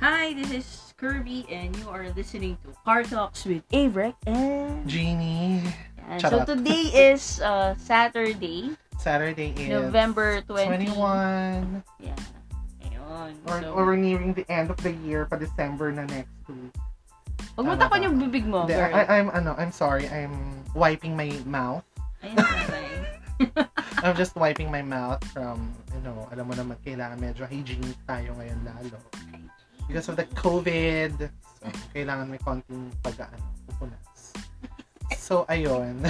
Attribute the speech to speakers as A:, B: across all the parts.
A: Hi, this is Kirby and you are listening to Car Talks with Avrek and
B: Genie.
A: Yan.
B: Shut
A: So
B: up.
A: today is uh, Saturday,
B: Saturday is
A: November 20.
B: 21.
A: Yeah. Ayun.
B: Or,
A: so,
B: or we're nearing the end of the year pa December na next week.
A: wag mo
B: tama
A: takpan
B: ba?
A: yung bibig mo,
B: Hindi,
A: girl.
B: I, I'm ano, I'm sorry. I'm wiping my mouth.
A: Ayun, okay.
B: I'm just wiping my mouth from, you know, alam mo naman, kailangan medyo hygienic tayo ngayon lalo. Because of the COVID, so, kailangan may konting pag-ano, pupunas. So, ayun.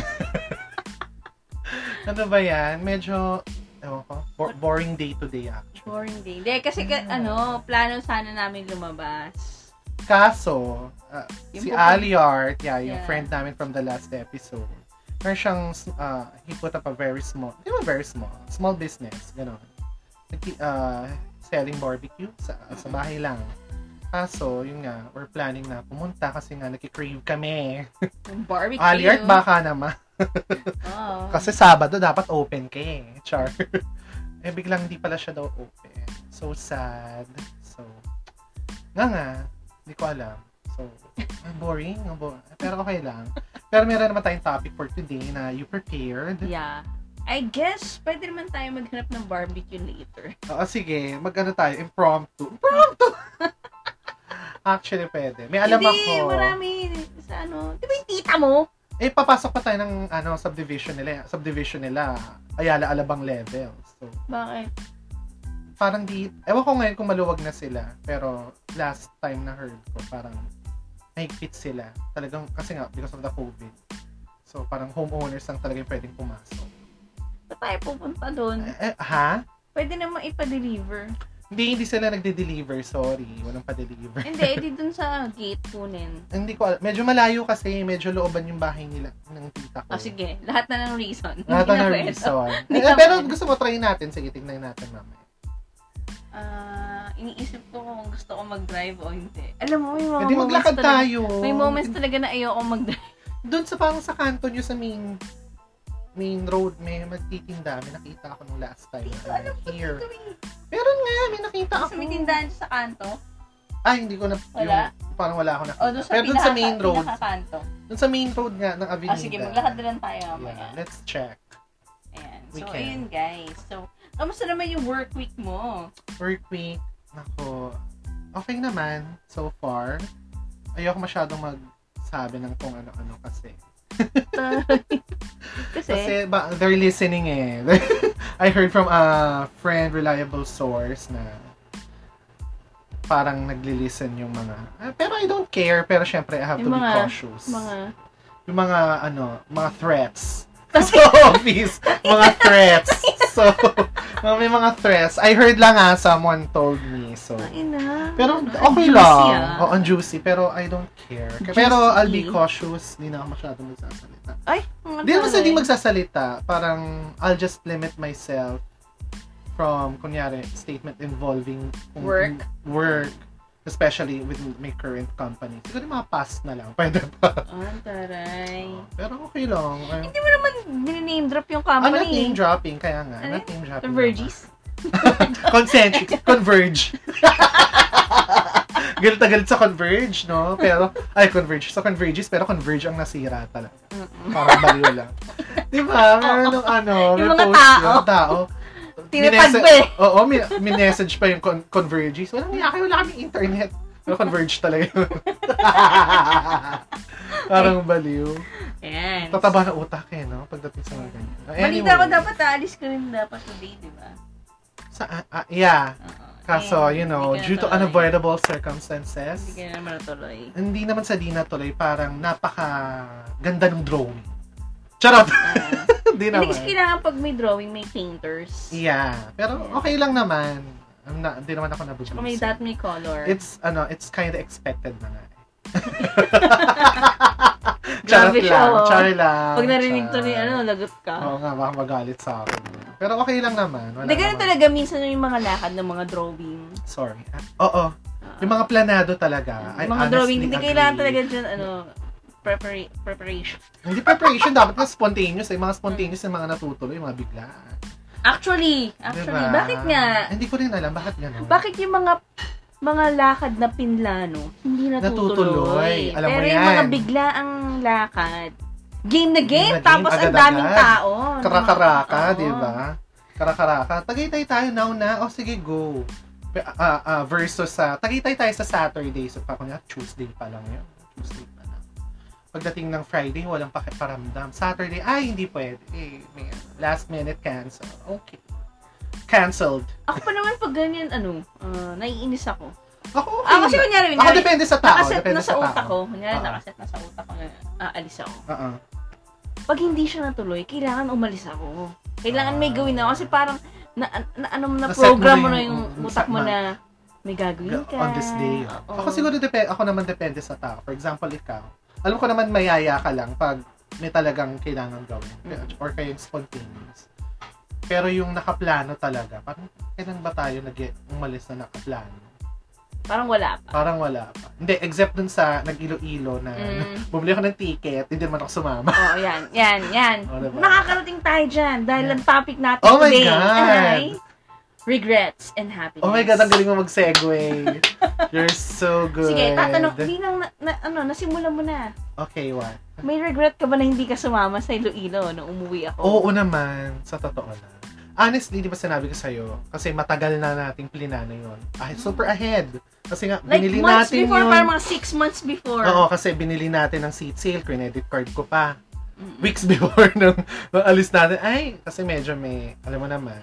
B: ano ba yan? Medyo, ewan ko, bo- boring day today actually.
A: Boring day. Hindi, kasi ka-
B: Yeah.
A: ano, plano sana namin lumabas.
B: Kaso, ah,
A: Yung
B: si
A: pupunta-
B: Aliart, yeah, yung
A: Yeah.
B: friend namin from the last episode, meron siyang, uh, he put up a very small, di ba very small, small business, gano'n. Nag- Uh, selling barbecue sa, sa bahay lang. Kaso, yun nga, we're planning na pumunta kasi nga nakikrave kami.
A: Yung barbecue.
B: Aliart, baka naman.
A: Oo.
B: Kasi Sabado dapat open ka eh. Char. eh biglang hindi pala siya daw open. So sad. So, nga nga, hindi ko alam. So, ang boring. Ang boring. Pero okay lang. Pero meron naman tayong topic for today na you prepared.
A: Yeah. I guess, pwede naman tayo maghanap ng barbecue later.
B: Oo, Ah, sige. Mag-ano tayo? Impromptu. Impromptu! Actually, pwede. May alam
A: Hindi,
B: ako.
A: marami sa ano. Di ba yung tita mo?
B: Eh, papasok pa tayo ng ano, subdivision nila. Subdivision nila. Ayala Alabang level. So,
A: Bakit?
B: parang di, ewan ko ngayon kung maluwag na sila, pero last time na heard ko, parang nahigpit sila. Talagang, kasi nga, because of the COVID. So, parang homeowners lang talaga yung pwedeng pumasok.
A: Sa tayo pupunta doon?
B: Eh, eh, ha?
A: Pwede naman ipa-deliver.
B: Hindi, hindi sila nagde-deliver, sorry. Walang pa-deliver.
A: Hindi, edi doon sa gate kunin.
B: hindi ko alam. Medyo malayo kasi, medyo looban yung bahay nila ng tita ko.
A: O Ah, sige, lahat na ng reason.
B: Lahat
A: Hindi
B: na
A: pwede.
B: reason.
A: Hindi
B: Eh,
A: na
B: pero
A: pwede.
B: gusto mo try natin. Sige, tingnan natin mamaya.
A: Ah, iniisip ko kung gusto ko mag-drive o hindi. Alam mo, may mga Oh, moments
B: Hindi Eh, maglakad
A: talaga-
B: tayo.
A: May moments talaga na ayoko mag-drive.
B: Doon sa parang sa kanto nyo sa main main road, may magtitinda. May nakita ako nung last time.
A: Hindi ko
B: na
A: alam kung
B: Here.
A: dito eh.
B: Meron nga, may nakita
A: Tapos
B: ako.
A: may tindahan siya sa kanto.
B: Ay, hindi ko na,
A: Wala.
B: yung- parang wala ako na.
A: O doon sa,
B: Pero doon sa
A: pinaka-
B: main road.
A: pinakakanto.
B: Doon sa main road nga ng
A: O
B: Avenida.
A: Ah, sige, maglakad na lang tayo mamaya.
B: Yeah, let's check.
A: Ayan.
B: We
A: So,
B: can.
A: ayun guys. So, kamusta naman yung work week mo?
B: Work week. Nako. Okay naman, so far. Ayoko masyadong magsabi ng kung ano-ano kasi.
A: Kasi,
B: Kasi ba, they're listening eh. I heard from a friend, reliable source na parang nagli-listen yung mga... ah, Pero I don't care. Pero syempre, I have
A: Yung
B: to
A: mga-
B: be cautious.
A: mga...
B: Yung mga, ano, mga threats.
A: Kasi-
B: Sa office, mga threats. So, mga- may mga threats. I heard lang ah, someone told me. So,
A: Ay na.
B: pero
A: Ano,
B: okay
A: juicy,
B: lang.
A: ah.
B: Oo, ang juicy. Pero I don't care. Pero I'll be
A: Juicy.
B: cautious. Hindi na ako masyadong magsasalita.
A: Ay, mga
B: Hindi naman sa di
A: taray.
B: magsasalita. Parang, I'll just limit myself from, kunyari, statement involving kung-
A: Work.
B: work. Especially with my current company. Siguro yung mga past na lang. Pwede pa.
A: Ah, taray.
B: Pero okay lang. I'm,
A: Hindi mo naman name drop yung
B: I'm not name
A: company.
B: dropping. Kaya nga. I'm
A: Ano
B: not name dropping.
A: The Virgies.
B: Concentric. Converge. galit na galit sa Converge, no? Pero, ay, Converge. Sa Converges, pero Converge ang nasira talaga.
A: Mm-mm.
B: Parang baliw lang. Di ba? Meron nung ano, may
A: Yung mga
B: post
A: tao.
B: yun, tao.
A: Tinipad
B: Minese-
A: pa eh.
B: Oo, mi- minessage pa yung con- Converges. Walang niya kayo, wala kaming internet. Pero Converge talaga yun. Parang baliw.
A: Ayan.
B: Tataba na utak eh, no? Pagdating sa mga ganyan.
A: Balita ko dapat aalis ka rin dapat today, di ba?
B: Sa, ah, yeah.
A: Oo.
B: Kaso,
A: Ayan,
B: you know,
A: hindi ka
B: due to
A: natuloy.
B: unavoidable
A: Hindi
B: circumstances,
A: ka na natuloy.
B: hindi naman sa di natuloy, parang napaka ganda ng drawing. Charot!
A: Ah.
B: Hindi
A: Hindi kasi
B: naman.
A: kailangan pag may drawing, may painters.
B: Yeah. Pero okay lang naman. I'm not, hindi naman ako
A: Tsaka may
B: nabubusog.
A: dot, may color.
B: It's, ano, it's kind of expected na nga. eh. Charot
A: Grabe siya,
B: lang.
A: oh.
B: Char lang.
A: Pag narinig to ni,
B: char.
A: ano, lagot ka.
B: Oo nga, baka magalit sa akin. Pero okay lang naman. Wala
A: Hindi, ganun
B: naman.
A: talaga minsan yung mga lakad ng mga drawing.
B: Sorry. Ah, Oo.
A: Ah.
B: Yung mga planado talaga. I
A: Yung mga
B: honestly
A: drawing, hindi
B: agree.
A: kailangan talaga dyan, ano, prepara- preparation.
B: Hindi preparation, dapat nga spontaneous. Eh. Mga spontaneous yung mga natutuloy, yung mga bigla.
A: Actually, actually,
B: Diba?
A: bakit nga,
B: Hindi ko rin alam, bakit gano'n?
A: bakit yung mga mga lakad na pinlano, hindi
B: Natutuloy.
A: natutuloy.
B: Alam mo
A: Pero yung
B: yan.
A: mga biglaang lakad, game na game,
B: Game na game,
A: tapos ang daming
B: agad-agad.
A: tao.
B: Karakaraka, diba?
A: Oo.
B: di ba? Karakaraka. Tagaytay tayo now na. O sige, go. Pe- ah, ah, versus sa, tagaytay tayo sa Saturday. So, pa kunya, Tuesday pa lang yun. Tuesday pa lang. Pagdating ng Friday, walang pakiparamdam. Saturday, ay, hindi pwede. Eh, may last minute cancel. Okay. Cancelled.
A: Ako pa naman pag ganyan, ano, ah, naiinis ako.
B: Ako, okay.
A: Ako Ah, kasi kunyari,
B: Ako
A: kunyari,
B: depende sa tao.
A: nakaset
B: Depende
A: na sa
B: tao. Ah.
A: utak ko. Kunyari,
B: Oo.
A: nakaset na sa utak ko na aalis ako.
B: Oo.
A: Pag hindi siya natuloy, kailangan umalis ako. Kailangan may gawin ako kasi parang na, na ano mo na
B: Naset mo
A: program
B: na
A: mo na
B: yung-
A: yung
B: yung
A: utak mo
B: sa-
A: na may gagawin ka.
B: on this day.
A: Oo.
B: Ako siguro depende ako naman depende sa tao. For example, ikaw. Alam ko naman mayaya ka lang pag may talagang kailangan gawin
A: Mm.
B: or kaya yung spontaneous. Pero yung nakaplano talaga, parang kailan ba tayo nag umalis na nakaplano?
A: Parang wala pa.
B: Parang wala pa. Hindi, except dun sa nag-ilo-ilo na
A: Mm.
B: bumili ako ng ticket, hindi naman ako sumama.
A: Oo, yan, yan, yan.
B: O, diba?
A: Nakakarating tayo dyan dahil ang topic natin
B: Oh my
A: today
B: God!
A: ay regrets and happiness.
B: Oh my God, ang galing mo mag-segue. You're so good.
A: Sige, tatanong, hindi lang, na, na- ano, nasimula mo na.
B: Okay, what?
A: May regret ka ba na hindi ka sumama sa Iloilo nung umuwi ako?
B: Oo naman, sa totoo lang. Honestly, di ba sinabi ko sa'yo, kasi matagal na nating plinano yun. Ah, super ahead. Kasi nga,
A: Like
B: binili
A: months
B: natin
A: before,
B: yun.
A: parang mga six months before.
B: Oo, kasi binili natin ng seat sale, credit card ko pa. Weeks before nung, nung alis natin. Ay, kasi medyo may, alam mo naman,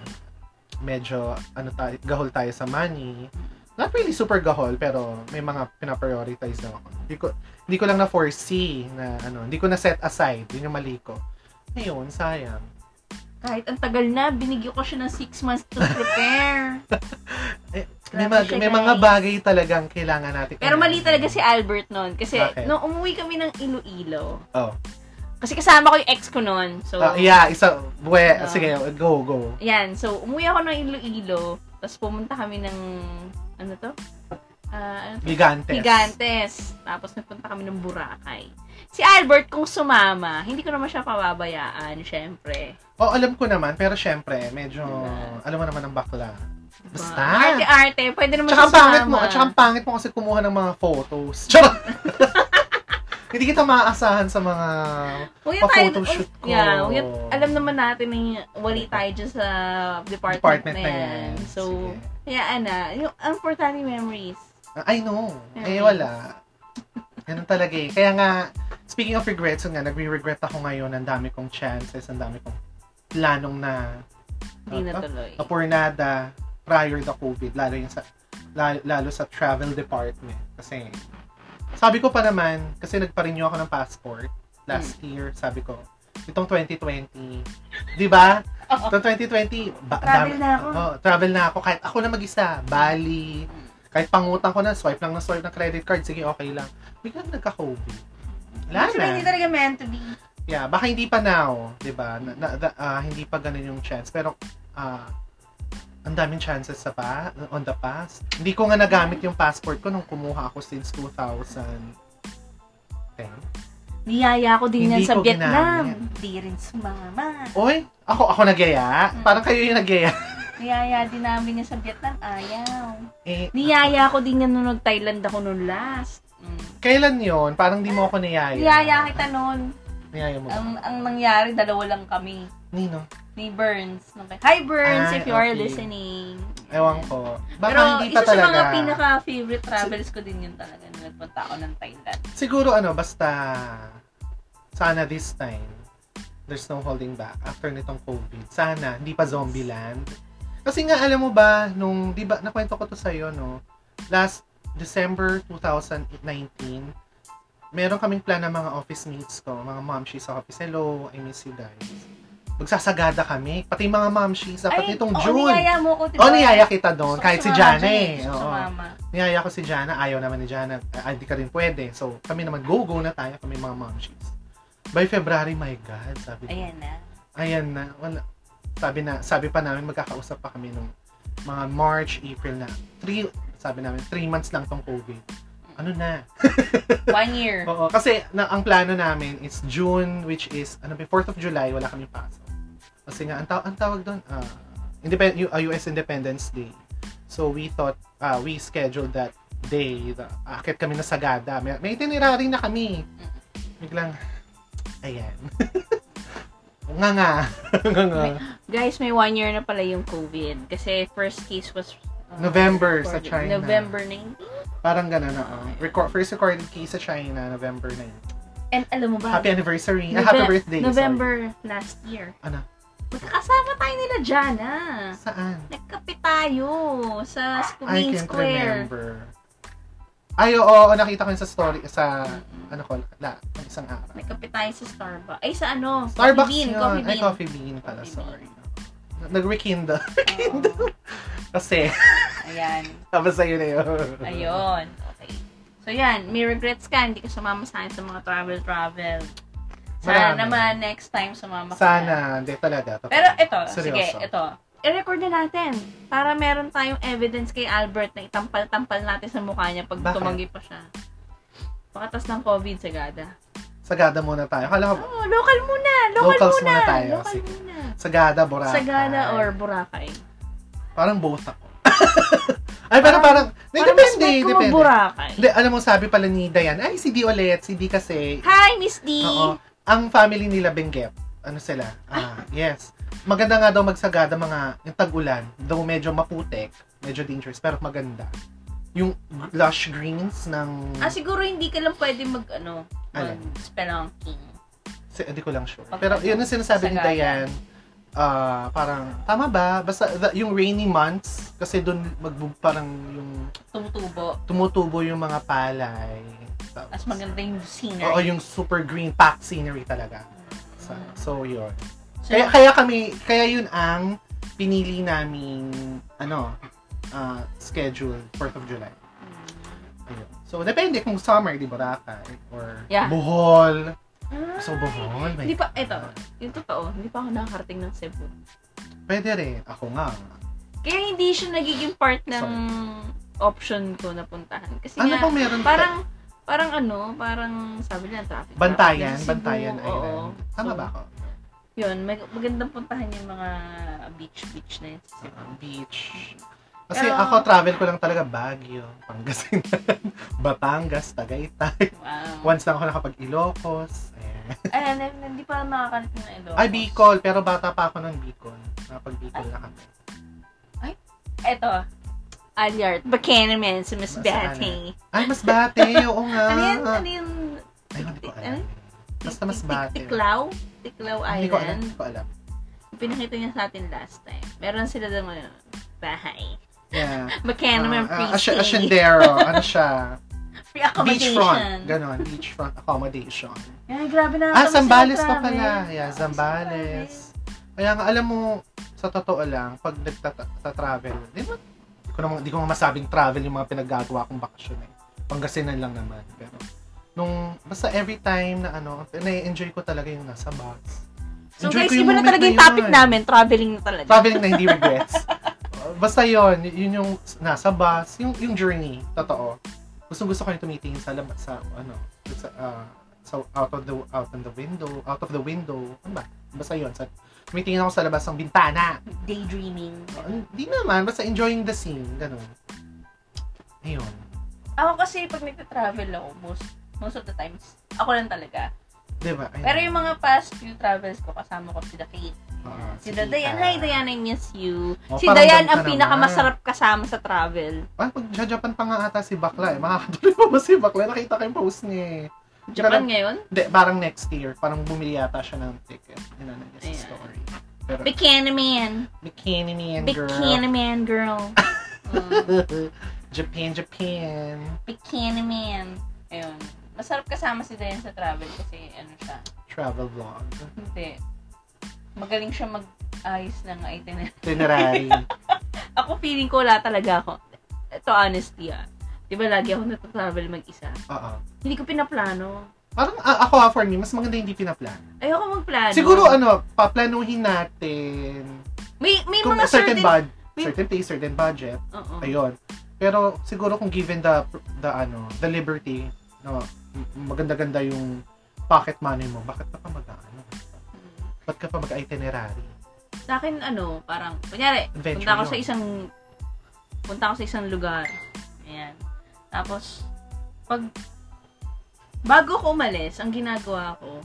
B: medyo ano tayo, gahol tayo sa money. Not really super gahol, pero may mga pinaprioritize na ako. Hindi ko, hindi ko lang na-foresee na ano, hindi ko na-set aside. Yun yung mali ko. Ngayon, sayang.
A: Kahit ang tagal na, binigyo ko siya ng six months to prepare.
B: Eh,
A: Grabe
B: may, mag-
A: siya,
B: may mga
A: guys.
B: bagay talagang kailangan natin.
A: Pero mali talaga si Albert noon. Kasi
B: Bakit?
A: nung umuwi kami ng Iloilo,
B: Oh.
A: kasi kasama ko yung ex ko noon. So,
B: Ah, yeah, isa. Bwe,
A: Ah.
B: sige, go, go.
A: Yan, so umuwi ako ng Iloilo, tapos pumunta kami ng, ano to? Ah, ano to?
B: Gigantes.
A: Gigantes. Tapos nagpunta kami ng Boracay. Si Albert, kung sumama, hindi ko naman siya pababayaan, syempre.
B: Oh, alam ko naman, pero syempre, medyo,
A: Diba?
B: alam mo naman ang bakla. Basta.
A: Arte-arte, pwede naman
B: Tsaka ang
A: siya sumama.
B: pangit mo, at tsaka ang pangit mo kasi kumuha ng mga photos. Tsaka, hindi kita maaasahan sa mga,
A: Huwag
B: pa
A: tayo-
B: photoshoot ko.
A: Yeah, huwag yan- alam naman natin na y- wali tayo dyan sa department,
B: Department
A: na
B: na
A: yan.
B: yan.
A: So,
B: Sige.
A: hayaan na. Yung ang importante memories.
B: I know. Eh,
A: Nice.
B: wala. Ganun talaga eh. Kaya nga, speaking of regrets, yun nga, nagre-regret ako ngayon. Ang dami kong chances, ang dami kong planong na
A: Hindi
B: Ah,
A: natuloy.
B: napurnada prior to COVID, lalo yung sa lalo, lalo sa travel department kasi sabi ko pa naman kasi nagpa-renew ako ng passport last year, sabi ko itong 2020, 'di ba?
C: Oo.
B: Itong 2020, ba,
A: Travel na ako.
B: Oh, travel na ako kahit ako na mag-isa, Bali, kahit pangutang ko na, swipe lang na swipe ng credit card, sige okay lang. Biglang nagka-COVID. Wala
C: Actually,
B: na.
C: hindi talaga meant to be.
B: Yeah, baka hindi pa now, 'di ba? Na, na- na- ah, hindi pa ganun yung chance, pero ah ang daming chances sa pa on the past. Hindi ko nga nagamit yung passport ko nung kumuha ako since 2010.
A: Niyaya ko din yan
B: Hindi
A: sa
B: ko
A: Vietnam.
B: ginamit.
C: Hindi rin sumama.
B: Oy, ako ako nagyaya.
C: Hmm.
B: Parang kayo yung nagyaya.
C: Niyaya din namin niya sa Vietnam. Ayaw.
B: Eh,
A: Niyaya ko din yan nung nag-Thailand ako nung last. Mm.
B: kailan 'yon? Parang di mo ako niyaya.
C: Niyaya kita noon.
B: Niyaya mo.
C: Ang, ang nangyari, dalawa lang kami.
B: Nino,
C: Ni Burns. Okay. Hi Burns,
B: Ah,
C: if you are
B: okay.
C: listening.
B: ewan ko. Baka
C: Pero
B: hindi
C: isa
B: pa
C: sa
B: talaga.
C: mga pinaka-favorite travels ko din yun talaga. nung Nagpunta ako ng Thailand.
B: Siguro ano, basta sana this time, there's no holding back after nitong COVID. Sana, hindi pa zombie land. Kasi nga, alam mo ba, nung, di ba, nakwento ko to sa'yo, no? Last December 2019, meron kaming plan ng mga office mates ko, mga momshi sa office. Hello, I miss you guys. Magsasagada kami. Pati mga momshi, dapat nitong
C: oo,
B: June.
C: niyaya mo ko.
A: diba?
B: Oh, niyaya kita doon. Kahit si Jana eh.
C: Gusto ko
B: Oo.
C: sumama.
B: Niyaya ko si Jana, ayaw naman ni Jana, ah, hindi ka rin pwede. So, kami naman, go-go na tayo, kami mga momshies. By February, my God, sabi ko. Ayan,
C: Ayan na.
B: na, wala. Sabi na, sabi pa namin, magkakausap pa kami nung mga March, April na. Three, sabi namin, three months lang tong COVID. Ano na?
C: One year.
B: Oo, kasi na, ang plano namin is June, which is, ano ba, 4th of July, wala kaming pasok. Kasi nga, ang, taw- ang tawag doon, ah, Independ- U- ah, US Independence Day. So we thought, uh, we scheduled that day. The, akit kami na Sagada. May, may itinerary na kami. Biglang, ayan. nga nga. nga nga.
A: Guys, may one year na pala yung COVID. Kasi first case was... uh,
B: November sa
A: recorded-
B: China.
A: November 19.
B: Parang ganun na. oh. Record, first recorded key sa China, November 9.
A: And alam mo ba?
B: Happy anniversary. Ah, happy
A: Nove-
B: birthday. sorry.
A: November last year.
B: Ano?
A: Magkakasama tayo nila dyan, ah.
B: Saan?
A: Nagkape tayo sa
B: I
A: Queen
B: can't
A: Square.
B: remember. Ay, oo, oo, nakita ko yun sa story, sa,
A: Mm-mm.
B: ano ko, la, ng isang araw.
A: Nagkape tayo sa Starbucks. Ay, sa ano?
B: Starbucks
A: coffee bean,
B: yun.
A: Coffee
B: Ay,
A: bean.
B: coffee bean pala,
C: Coffee
B: sorry. Nag-rekindle.
C: Oo.
B: Kasi,
C: Ayan.
B: tapos sa'yo na yun.
A: Ayun. Okay. So, yan. May regrets ka. Hindi ka sumama sa akin sa mga travel-travel. Sana
B: Marami.
A: naman next time sumama ka. na.
B: Sana, hindi talaga. Totoo.
A: Pero ito, sige,
B: Seryoso.
A: ito. I-record na natin. Para meron tayong evidence kay Albert na itampal-tampal natin sa mukha niya pag
B: Bakit?
A: tumanggi pa siya. Pakatas ng COVID sa gada.
B: Sagada muna tayo. Kala ko,
A: Oh, local muna! Local
B: Locals
A: muna!
B: muna tayo,
A: Local
B: sige.
A: muna.
B: Sagada, Boracay.
A: Sagana or Boracay.
B: Parang both ako. Ay, pero parang, hindi,
A: Parang mas
B: depende,
A: may
B: depende.
A: Boracay.
B: Hindi, alam mo, sabi pala ni Diane, ay, si D ulit, si D kasi,
A: Hi, Miss D!
B: Oo. Ang family nila Benguet, ano sila? Ah, yes. Maganda nga daw magsagada mga yung tag-ulan, though medyo maputik, medyo dangerous, pero maganda. Yung lush greens ng...
A: Ah, siguro hindi ka lang pwede mag, ano,
B: Alam.
A: mag-spelunking.
B: si- hindi ko lang sure.
A: Pag-
B: Pero yun ang sinasabi ni
A: Sagada.
B: Diane, ah, parang, tama ba? Basta the- yung rainy months, kasi doon magbu- parang yung
C: Tumutubo.
B: tumutubo yung mga palay. Tapos-
C: Mas maganda yung scenery.
B: Oo, yung super green pack scenery talaga. So, so yun.
C: So,
B: Kaya, kaya kami, kaya yun ang pinili naming, ano, uh, schedule, 4th of July. Ayun. So, depende kung summer, di Boracay, or
A: Hmm. Yeah.
B: Bohol.
C: ah,
B: So, Bohol, may...
A: Hindi pa, eto, yung totoo, hindi pa ako nakakarating ng Cebu.
B: Pwede rin. Ako nga.
A: Kaya hindi siya nagiging part ng option ko na puntahan. Kasi
B: Ano
A: nga,
B: pa meron?
A: parang, parang ano, parang sabi nila traffic. traffic sa
B: Bantayan,
A: Cebu,
B: Bantayan
A: oo.
B: Island. Tama
A: So,
B: ba ako?
A: Yun, mag- magandang puntahan yung mga beach-beach na yun sa Cebu.
B: Ah, beach. Kasi
A: Pero-
B: ako, travel ko lang talaga Baguio, Pangasinan, Batangas, Tagaytay.
C: wow.
B: Once lang ako nakapag-Ilocos. Ayan.
A: Ah,
C: Ayan, hindi pa ako nakakarating ng Ilocos.
B: Ay, Bicol. Pero bata pa ako ng Bicol. Napag Bicol na kami.
C: Eto.
A: Alert, bakena men, si Miss
B: Mas
A: Betty.
B: Ay, mas bate. Oo nga.
A: Ano yun, ano yun?
B: Ay, hindi ko
A: Ano?
B: alam. Ah. Basta mas
A: Tik-
B: bate.
A: Tiklaw? Tiklaw
B: Hindi ko alam.
A: Island.
B: Hindi ko alam.
A: Pinakita niya sa atin last time. Meron sila ng ano, bahay.
B: Yeah.
A: Bakena men,
B: Ah, ah,
A: free
B: Asy-
A: stay.
B: Asyendero. Ano siya?
A: Free accommodation.
B: Beachfront. Ganon. Beachfront accommodation.
C: Ayan, grabe na. kami
B: Ah,
C: sa
B: Zambales pa
C: travel.
B: pala. Yeah, Zambales. Kaya nga, alam mo, sa totoo lang, pag nagta-travel, di mo, di ko naman, di ko nga masabing travel yung mga pinaggagawa kong bakasyon eh. Pangasinan lang naman. Pero, nung, basta every time na ano, na-enjoy ko talaga yung nasa box.
A: So
B: Enjoy
A: guys,
B: ko yung
A: iba na
B: moment
A: talaga
B: na
A: yung topic
B: yun.
A: namin. Traveling na talaga.
B: Traveling na hindi regrets. Uh, basta yon yun yung nasa bus, yung, yung journey, totoo. Gusto gusto ko yung tumitingin sa labas, sa ano, sa, ah, sa out of the out of the window, out of the window, ano ba? Basta yun, sa, tumitingin ako sa labas ng bintana.
C: Daydreaming.
B: Hindi naman, basta enjoying the scene, ganun. Ayun.
C: Ako kasi pag nagta-travel ako, most, most of the times, ako lang talaga.
B: Diba? Ayun.
C: Pero yung mga past few travels ko, kasama ko sila Kate.
B: Ah,
A: Si
B: sige,
A: Dayan,
B: ah.
A: hi Dayan, I miss you.
B: Oh,
A: si
B: parang
A: Dayan
B: ganun
A: ang
B: ka
A: pinakamasarap kasama sa travel.
B: Ah, pag sa Japan pa nga ata si Bakla eh. Makakatuloy pa ba si Bakla? Nakita ko yung post niya eh.
A: Japan ngayon?
B: Hindi, parang next year. Parang bumili yata siya ng ticket. Yun ang naging
A: Ayan.
B: story. Pero,
A: Bikini man.
B: bikini man, girl.
A: Bikini man, girl.
C: Mm,
B: Japan, Japan.
C: bikini man. Ayun. Masarap kasama si Dayan sa travel kasi ano siya.
B: Travel vlog.
C: Hindi. Magaling siya mag-ayos ng itinerary.
B: Itinerary.
A: Ako feeling ko wala talaga ako. Ito honestly ah. Di ba lagi ako natatravel mag-isa?
B: Oo.
A: Hindi ko pinaplano.
B: Parang a- ako ah, for me, mas maganda hindi pinaplan.
A: Ayoko magplano.
B: Siguro ano, paplanuhin natin.
A: May, may
B: Kung
A: mga certain... Mm.
B: certain, bud-
A: may-
B: certain place, certain budget.
A: Oo.
B: Ayun. Pero siguro kung given the the ano, the liberty, no, m- maganda-ganda yung pocket money mo, bakit ka pa mag-ano?
A: Mm.
B: Ba't ka pa mag-itinerary?
A: Sa akin ano, parang, kunyari,
B: Adventure
A: punta ako
B: yun.
A: sa isang Punta ako sa isang lugar. Ayan. Tapos, pag bago ko umalis, ang ginagawa ko,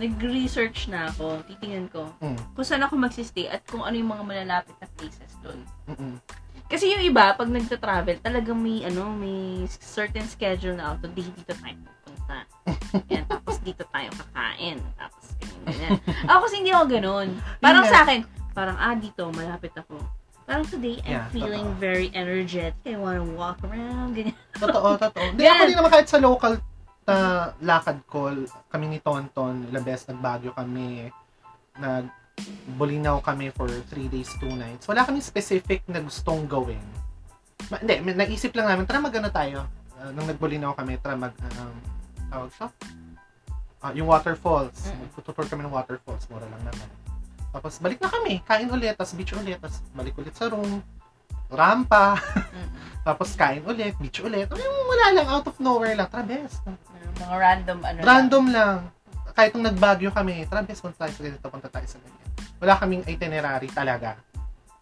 A: nag-research na ako. Titingnan ko
B: Mm.
A: kung saan ako magsistay at kung ano yung mga malalapit na places doon.
B: Mm-mm.
A: Kasi yung iba, pag nagta-travel, talagang may, ano, may certain schedule na auto. Dito tayo pupunta. Yan, tapos dito tayo kakain. Tapos ganyan, ganyan. Ako kasi hindi ako ganun. Parang
B: Yun
A: sa akin, parang, ah, dito, malapit ako. Parang today, I'm
B: Yeah,
A: feeling
B: totoo.
A: very energetic. I wanna walk around, ganyan.
B: Totoo, totoo. Hindi
A: Yan.
B: ako din naman kahit sa local na lakad ko, kami ni Tonton, ilang beses nagbagyo kami, nag Bulinaw kami for three days, two nights. Wala kami specific na gustong gawin. Ma- hindi, may- naisip lang namin, tara mag ano tayo. Ah, nung nagbulinaw kami, tara mag, um, tawag siya? Ah, yung waterfalls.
A: Mm.
B: Magtututor kami ng waterfalls. Mura lang naman. Tapos balik na kami. Kain ulit, tapos beach ulit, tapos balik ulit sa room. Rampa.
A: Mm.
B: tapos kain ulit, beach ulit. Ay, wala lang, out of nowhere lang. Tara, best.
C: Mga random ano
B: Random lang. Kahit nung nagbagyo kami, tara best punta tayo sa ganito, punta tayo sa ganyan. Wala kaming itinerary talaga.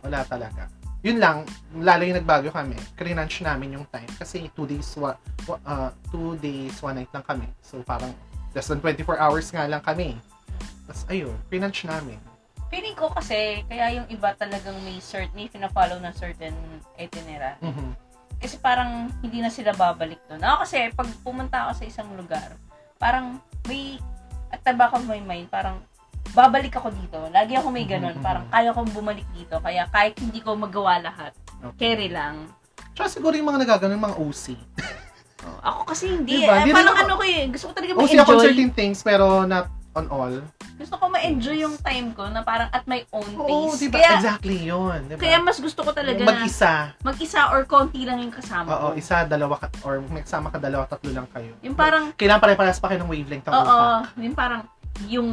B: Wala talaga. Yun lang, lalo yung nagbagyo kami, crinunch namin yung time. Kasi two days, wa, wa- ah, two days, one night lang kami. So parang less than 24 hours nga lang kami. Tapos ayun, crinunch namin.
C: Feeling ko kasi, kaya yung iba talagang may certain, may pinafollow na certain itinerary.
B: Mhm.
C: Kasi parang hindi na sila babalik doon. Ako kasi, pag pumunta ako sa isang lugar, parang may, at taba ko may mind, parang babalik ako dito. Lagi ako may ganun.
B: Mhm.
C: Parang kaya kong bumalik dito. Kaya kahit hindi ko magawa lahat,
B: Okay.
A: Carry lang.
B: Tsaka siguro yung mga nagagano, yung mga OC.
A: Oh, ako kasi hindi.
B: Diba?
A: eh.
B: Hindi
A: parang
B: rin ako- Oh,
A: ano ko eh. Gusto ko talaga
B: OC ako on
A: ma-enjoy.
B: certain things, pero not on all.
C: gusto ko ma-enjoy yung time ko na parang at my own
B: Oo,
C: pace.
B: diba?
A: Kaya-
B: exactly yun. Diba?
A: Kaya mas gusto ko talaga na
B: Mag-isa.
A: mag-isa or konti lang yung kasama ko.
B: Oo, isa, dalawa, ka, or may kasama ka dalawa, tatlo lang kayo.
A: Yung parang
B: Kailangan pare-parehas pa kayo ng wavelength ng
A: Oo,
B: utak.
A: yung parang yung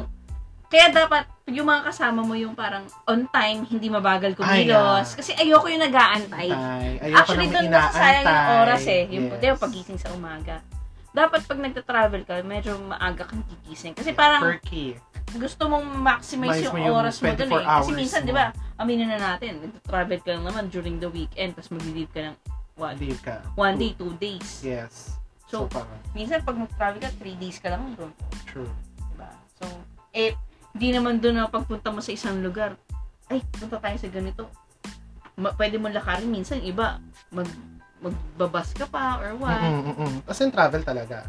A: kaya dapat yung mga kasama mo yung parang on time, hindi mabagal kumilos.
B: Ay, ah.
A: Kasi ayoko yung nag-aantay.
B: Ay, ayoko
A: Actually,
B: na may
A: doon masasayang yung
B: inaantay.
A: oras eh. Yung
B: Yes.
A: yes. pagising sa umaga. Dapat pag nagta-travel ka, medyo maaga kang gigising. Kasi
B: Yeah,
A: parang
B: Perky.
A: gusto mong maximize
B: Maximize
A: yung,
B: mo yung
A: oras mo dun eh.
B: 24
A: Kasi
B: hours
A: minsan,
B: mo.
A: di ba, aminin na natin, nagta-travel ka lang naman during the weekend, tapos mag-leave ka ng what?
B: Leave ka.
A: One day, two days.
B: Yes. So,
A: So,
B: parang,
C: Minsan, pag mag-travel ka, 3 days ka lang doon.
B: true.
C: Diba? So,
A: eh, di naman doon na pagpunta mo sa isang lugar, ay, punta tayo sa ganito. Ma- pwede mo lakarin minsan, iba, mag magbabas ka pa or what.
B: Mm-mm, mm-mm. As in, travel talaga.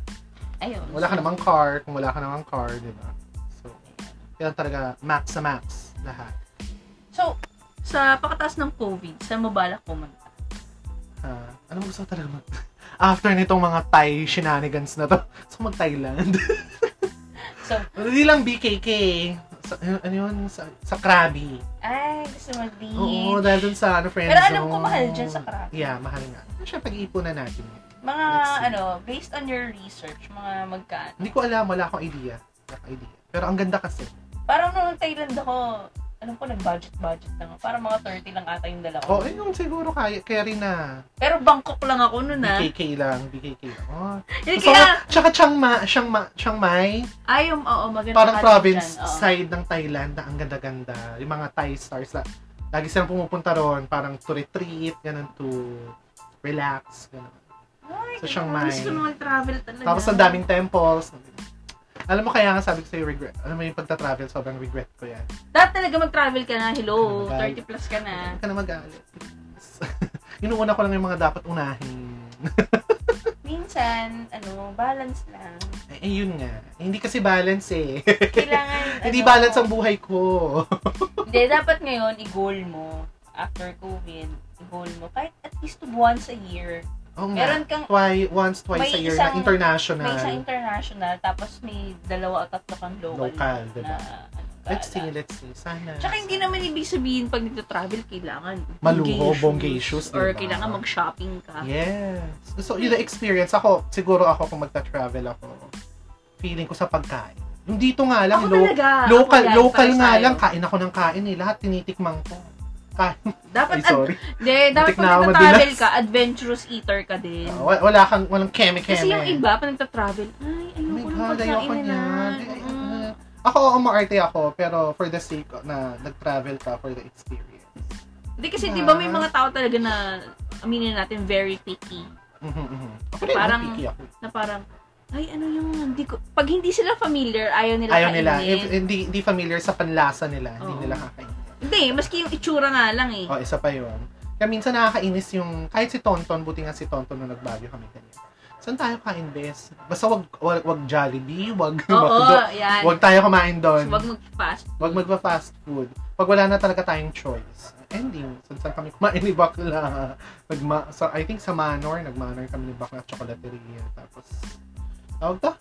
C: ayun.
B: Wala ka namang car, kung wala ka namang car, di ba? So, kailangan talaga max sa max lahat.
C: So,
A: Sa pakatas ng COVID, sa mabalak pumunta.
B: Ha? Ano gusto ko talaga mag... After nitong mga Thai shenanigans na to, gusto ko mag-Thailand. Ano,
C: so,
B: Hindi lang BKK. Sa, ano yun? Sa, sa Krabi.
C: ay, gusto mag-beach.
B: Oo, dahil dun sa ano, friend
C: Mm. Pero alam ko mahal dyan sa Krabi.
B: Yeah, mahal nga. Ano siya pag-iipunan natin?
C: Mga,
B: Let's see.
C: ano, based on your research, mga magkaan.
B: Hindi ko alam, wala akong idea. Wala akong idea. Pero ang ganda kasi.
C: Parang nung Thailand ako, alam ko nag-budget-budget lang. ako. Parang mga 30 lang ata yung dala ko.
B: Oo, oh, yung siguro kaya, kaya rin na
A: Pero Bangkok lang ako
C: Ano
A: noon ah.
B: BKK lang, BKK lang. Oh.
A: Yun,
B: Gusto ko,
A: kaya,
B: tsaka Chiang, Ma, Chiang, Ma, Chiang Mai,
A: ayaw, um, oo, maganda
B: parang
A: ka din
B: province
A: dyan, oo.
B: side ng Thailand na ang ganda-ganda. Yung mga Thai stars. La, lagi silang pumupunta ron, parang to retreat, ganun to relax, ganun.
C: Ano Ay,
B: Sa Chiang Mai.
A: Gusto ko na mag-travel talaga.
B: Tapos ang daming temples. Alam mo kaya nga sabi ko sa'yo, regret. Alam mo yung pagta-travel, sobrang regret ko yan.
A: Dahil talaga mag-travel ka na, hello,
B: Ano ba?
A: 30 plus ka
C: Ah.
A: na.
B: Huwag ka na magalit. Inuuna ko lang yung mga dapat unahin.
C: Minsan, ano, balance lang.
B: Eh, eh, yun nga. Eh, hindi kasi balance eh.
C: Kailangan,
B: hindi
C: ano,
B: balance ang buhay ko.
C: Hindi, dapat ngayon, i-goal mo. After COVID, i-goal mo. Kahit at least once a year.
B: Oo nga.
C: Meron kang,
B: Twi- once, twice
C: may
B: a year na
C: isang-
B: international.
C: may isang international, tapos may dalawa o tatlo kang local.
B: Local, diba?
C: na, ano,
B: let's see,
C: kaala.
B: let's see. Sana.
A: Tsaka hindi naman ibig sabihin pag nagta-travel, kailangan
B: Maluho,
A: bongga
B: bongga issues,
A: Or
B: diba?
A: kailangan mag-shopping ka.
B: Yes. So, yun the experience. Ako, siguro ako kung magta-travel ako, feeling ko sa pagkain. Yung dito nga lang,
A: Ako
B: lo-
A: talaga.
B: local,
A: Ako yan,
B: local
A: para
B: nga
A: sa'yo.
B: lang, kain ako ng kain eh. Lahat tinitikmang ko. Kain.
A: Dapat,
B: Ay,
A: ad-
B: sorry.
A: de, dapat
B: Muntik na
A: pag
B: ako
A: nagta-travel
B: madulas.
A: ka, adventurous eater ka din.
B: Ah, wa- wala kang, walang keme-keme.
A: Kasi yung iba, pag nagta-travel, ay, ayoko ng
B: ayoko
A: pagkain nila.
B: niyan. Ay, ay,
A: Mm.
B: ay. Ako, umaarte ako, pero for the sake na nag-travel ka for the experience.
A: Hindi kasi, di ba may mga tao talaga na, aminin natin, very picky.
B: Mhm, mhm. Ako rin,
A: Parang-
B: picky ako.
A: Na parang, ay, ano yung, hindi ko, pag hindi sila familiar, ayaw nila
B: Ayaw
A: kainin.
B: nila. If, hindi, hindi familiar sa panlasa nila. Hindi
A: Oo.
B: nila kakainin.
A: Hindi, maski yung itsura nga lang eh.
B: O, Oh, isa pa yun. Kaya minsan nakakainis yung, kahit si Tonton, buti nga si Tonton nung nagbago kami kanina. Saan tayo kain, bes? Basta wag, wag, wag Jollibee, wag
A: Oo,
B: McDo.
A: yan.
B: Wag tayo kumain doon.
A: So, wag mag-fast.
B: Wag magpa-fast food. Pag wala na talaga tayong choice. Ending. Saan saan kami kumain ni Bakla. Nagma, sa, I think sa Manor. Nag-Manor kami ni Bakla at Chocolateria. Tapos, tawag to?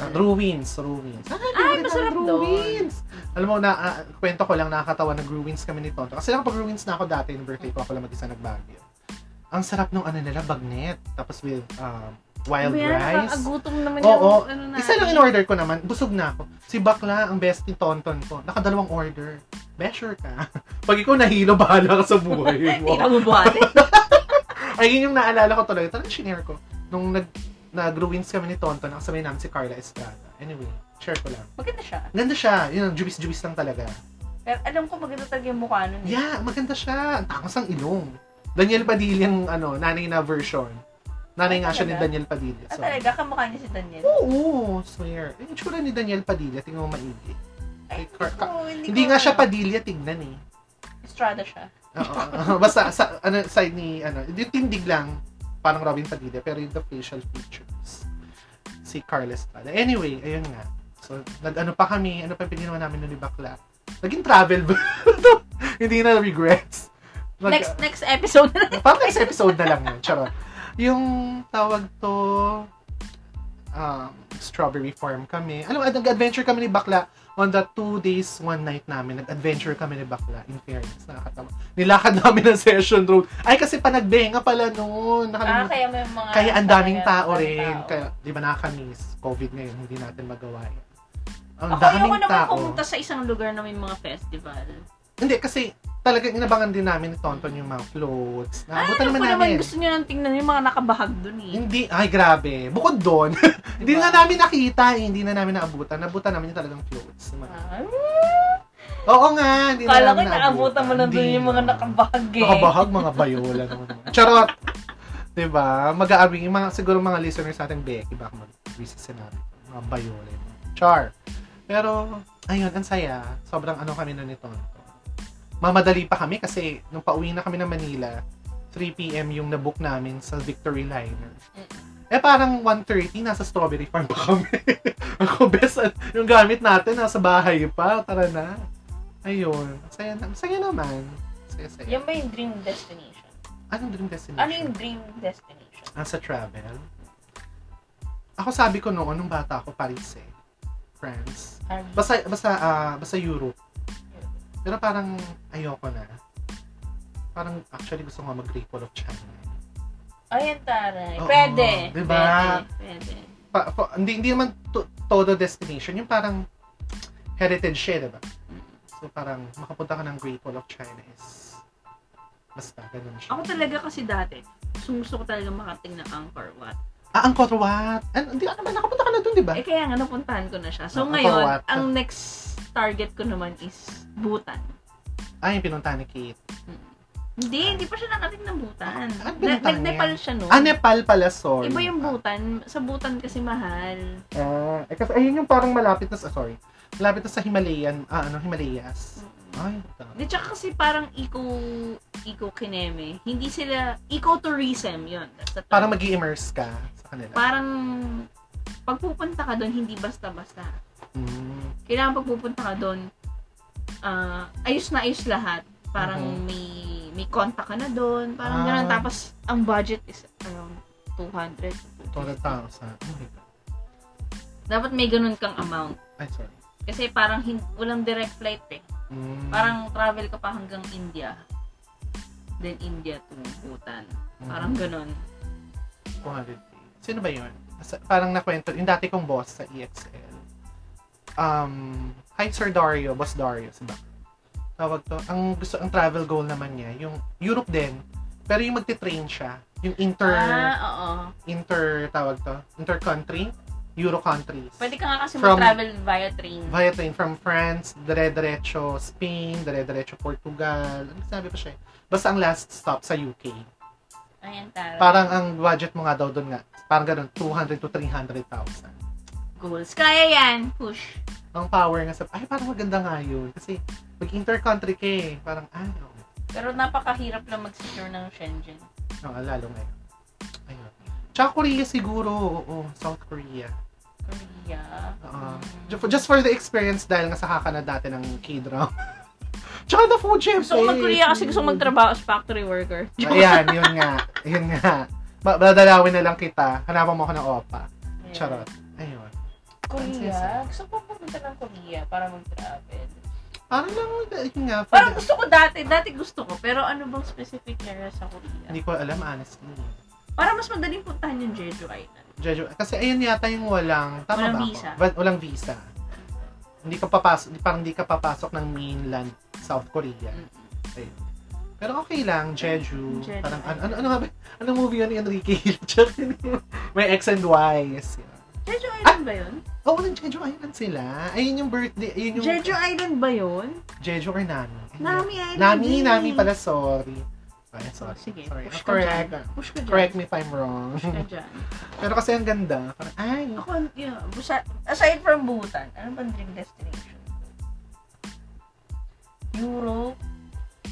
B: Ah, ruins. Ruins. Ah,
A: Ay, masarap doon.
B: Ruins. Alam mo, na, ah, kwento ko lang, nakakatawa nag ruins kami ni Tonto. Kasi nakapag ruins na ako dati, yung birthday ko, ako lang mag-isa nag-Baguio. Ang sarap nung ano nila, bagnet. Tapos with um, wild
A: Ayan,
B: rice.
A: nakakagutom naman
B: Oo,
A: yung,
B: oo.
A: ano na.
B: Isa lang in-order ko naman, busog na ako. Si Bakla, ang best ni Tonton ko. Nakadalawang order. Besher ka. Pag ikaw nahilo, bahala ka sa buhay
A: Hindi
B: mo.
A: na bubuhati.
B: Ay, yun yung naalala ko tuloy. Talagang shinare ko. Nung nag, nag-ruins kami ni Tonton, nakasabay namin si Carla Estrada. Anyway, share ko lang.
C: Maganda siya.
B: Ganda siya. Yun, ang jubis-jubis lang talaga.
C: Pero alam ko maganda talaga yung mukha nun. eh.
B: Yeah, maganda siya. Ang takas ng ilong. Daniel Padilla yung ano, nanay na version.
C: Ay,
B: Nanay nga siya ni
C: talaga?
B: Daniel Padilla.
C: Ah,
B: So,
C: talaga, kamukha niya si Daniel.
B: oo, swear. Yung tsura ni Daniel Padilla, tingnan mo maigi.
C: Ay,
B: Car-
C: hindi ko-
B: Hindi
C: ko
B: nga siya
C: alam.
B: padilya tignan eh.
C: Estrada siya.
B: Oo. Basta sa ano, side ni ano, yung tindig lang parang Robin Padilla pero yung the facial features si Carlos Estrada. Anyway, ayun nga. So, nag ano pa kami, ano pa yung pininawa namin noon ni Bakla. Naging travel ba? Hindi na regrets. Nag-
A: next next episode na
B: Parang next episode na lang yun. Charot. Yung tawag to, um, strawberry farm kami. Alam, mo, nag-adventure kami ni Bakla on the two days, one night namin. Nag-adventure kami ni Bakla. In fairness, nakakatawa. Nilakad namin ng session road. Ay, kasi panagbenga pala noon.
C: Ah,
B: Nakalimutan
C: kaya may mga... ano
B: kaya ang daming
C: kaya-
B: tao
C: daming
B: rin.
C: tao.
B: Kaya, di ba nakakamiss? COVID ngayon, hindi natin magawa yun. Ang
A: Ako
B: daming
A: ayoko naman
B: tao.
A: pumunta sa isang lugar na may mga festival.
B: Hindi, kasi talagang inabangan din namin ni Tonton yung mga floats.
A: Ay, ano
B: Naabutan Ah, naman
A: po
B: namin.
A: naman gusto nyo nang tingnan yung mga nakabahag dun eh.
B: Hindi, ay grabe. Bukod doon, hindi
C: Diba?
B: na namin nakita eh. Hindi na namin naabutan. Naabutan namin yung talagang clothes.
C: Ah,
B: Oo nga, hindi
C: Kala
B: na
C: ko
B: namin
C: naabutan mo na doon
B: Hindi
C: yung mga
B: na.
C: nakabahag eh.
B: Nakabahag, mga bayola naman. Charot! Diba? Mag-aabing, yung mga, siguro mga listeners natin, Becky, baka mag-visit sinabi. Mga bayola. yun. Char! Pero, ayun, ang saya. Sobrang ano kami na nito. Mamadali pa kami kasi nung pauwi na kami ng Manila, 3 p.m. yung nabook namin sa Victory Liner. Eh parang 1.30, nasa Strawberry Farm pa kami. Ako, best, yung gamit natin, nasa bahay pa. Tara na. Ayun. Saya, na, saya naman. Saya, saya.
C: Yan ba yung dream destination?
B: Anong dream destination?
C: Ano yung dream destination?
B: Ah, sa travel? Ako sabi ko noon, nung bata ako, Paris eh. France.
C: Ano?
B: Basta, basta, ah, basta Europe. Pero parang ayoko na. Parang actually gusto ko nga mag-recall of China.
C: Ayan, taray.
B: Oo,
C: Pwede.
B: diba?
C: Pwede.
A: Pwede.
B: Pa, pa- hindi, hindi naman to, todo destination. Yung parang heritage siya, diba? So parang makapunta ka ng Great Wall of China is basta, ganun siya.
A: Ako talaga kasi dati, gusto ko talaga makating ng Angkor Wat.
B: Ah, ang Angkor Wat! Ano, hindi, ano ba, nakapunta ka na dun, diba?
A: Eh kaya nga napuntahan ko na siya. So
B: Ang Angkor
A: ngayon,
B: Wat.
A: ang next target ko naman is Bhutan.
B: Ay, Ah, yung pinunta ni Kate.
A: Hindi, hindi pa siya nakating ng Bhutan.
B: Ah, ah,
A: Na-
B: Bhutan
A: Nag-Nepal siya no.
B: Ah, Nepal pala, sorry.
A: Iba yung Bhutan. Sa Bhutan kasi mahal.
B: Ah, eh, kasi ayun yung parang malapit na sa, ah, sorry, malapit na sa Himalayan, ah, ano, Himalayas. Ay,
A: Di tsaka kasi parang eco eco kineme. Hindi sila eco tourism 'yon. That's the term.
B: parang mag immerse ka sa kanila.
A: parang pag pupunta ka doon hindi basta-basta.
B: Mm.
A: Kailangan pag pupunta ka doon ah, ayos na ayos lahat. Parang
B: Mhm.
A: may may contact ka na doon, parang
B: Ah.
A: ganun tapos ang budget is around 200.
B: Total tao sa, oh my God.
A: Dapat may ganun kang amount
B: Ay, sorry.
A: kasi parang hin- walang direct flight eh.
B: Mm.
A: Parang travel ka pa hanggang India. Then India to Bhutan.
B: Mm.
A: Parang ganun.
B: 200 days. Sino ba yun? Sa- Parang nakwento, yung dati kong boss sa EXL. Um, hi Sir Dario, Boss Dario, si Bak. Tawag to. Ang gusto, ang travel goal naman niya, yung Europe din, pero yung magte-train siya, yung inter,
A: Ah, oo.
B: inter, tawag to, inter-country. Euro countries.
C: Pwede ka nga kasi
B: From-
C: mag-travel via train.
B: Via train from France, dire-diretso Spain, dire-diretso Portugal. Ano sabi pa siya? eh? Basta ang last stop sa UK.
C: Ayan, Tara.
B: Parang ang budget mo nga daw doon nga. Parang ganun, 200 to 300,000.
A: Goals. Kaya yan. Push.
B: Ang power nga sa... Ay, parang maganda nga yun. Kasi pag inter-country ka eh, parang ano.
C: Pero napakahirap lang mag-secure ng Shenzhen.
B: No, lalo ngayon. Ayun. Tsaka Korea siguro. Oo, South Korea.
C: Korea.
B: Oo. Ju- for- Just for the experience dahil nga saka ka na dati ng K-drama. Tsaka the food syempre.
C: Gusto ko mag-Korea kasi gusto ko magtrabaho as factory worker.
B: mm. Ayan, yun nga. Yun nga. Ba- Dadalawin na lang kita. Hanapan mo ako ng opa.
C: Ayan.
B: Charot. Ayun.
C: Korea. Gusto ko pumunta ng Korea para mag-travel.
B: Parang lang, eh, yun nga. for
C: Parang
B: the-
C: gusto ko dati. Dati gusto ko. Pero ano bang specific area sa Korea?
B: Hindi ko alam, honestly.
C: Para mas madaling puntahan yung Jeju Island.
B: Jeju. Kasi ayun yata yung walang, tama
C: Walang
B: ba
C: visa.
B: Ako? Wa- Walang visa. Hindi ka papasok, hindi- parang hindi ka papasok ng mainland South Korea.
C: Mm-mm.
B: Ayun. Pero okay lang, Jeju.
C: Jeju.
B: Parang ano, ano, ano, nga ba- anong movie yun ni Enrique Hilcher? May X and Y's. yun.
C: Jeju Island ba yun?
B: Oo, oh, nag Jeju Island sila. Ayun yung birthday, ayun yung
A: Jeju Island ba yun?
B: Jeju or Nami. Ayun.
A: Nami Island.
B: Nami,
A: yun eh.
B: Nami pala, sorry. Ay, sorry.
C: Oh, sige.
B: sorry.
C: Push ka
B: Correct.
C: Push ka dyan.
B: Correct me if I'm wrong.
C: Push ka dyan.
B: Pero kasi ang ganda. Parang, ay,
C: Ako, yun, busa, aside from Bhutan, ano bang dream destination? Europe?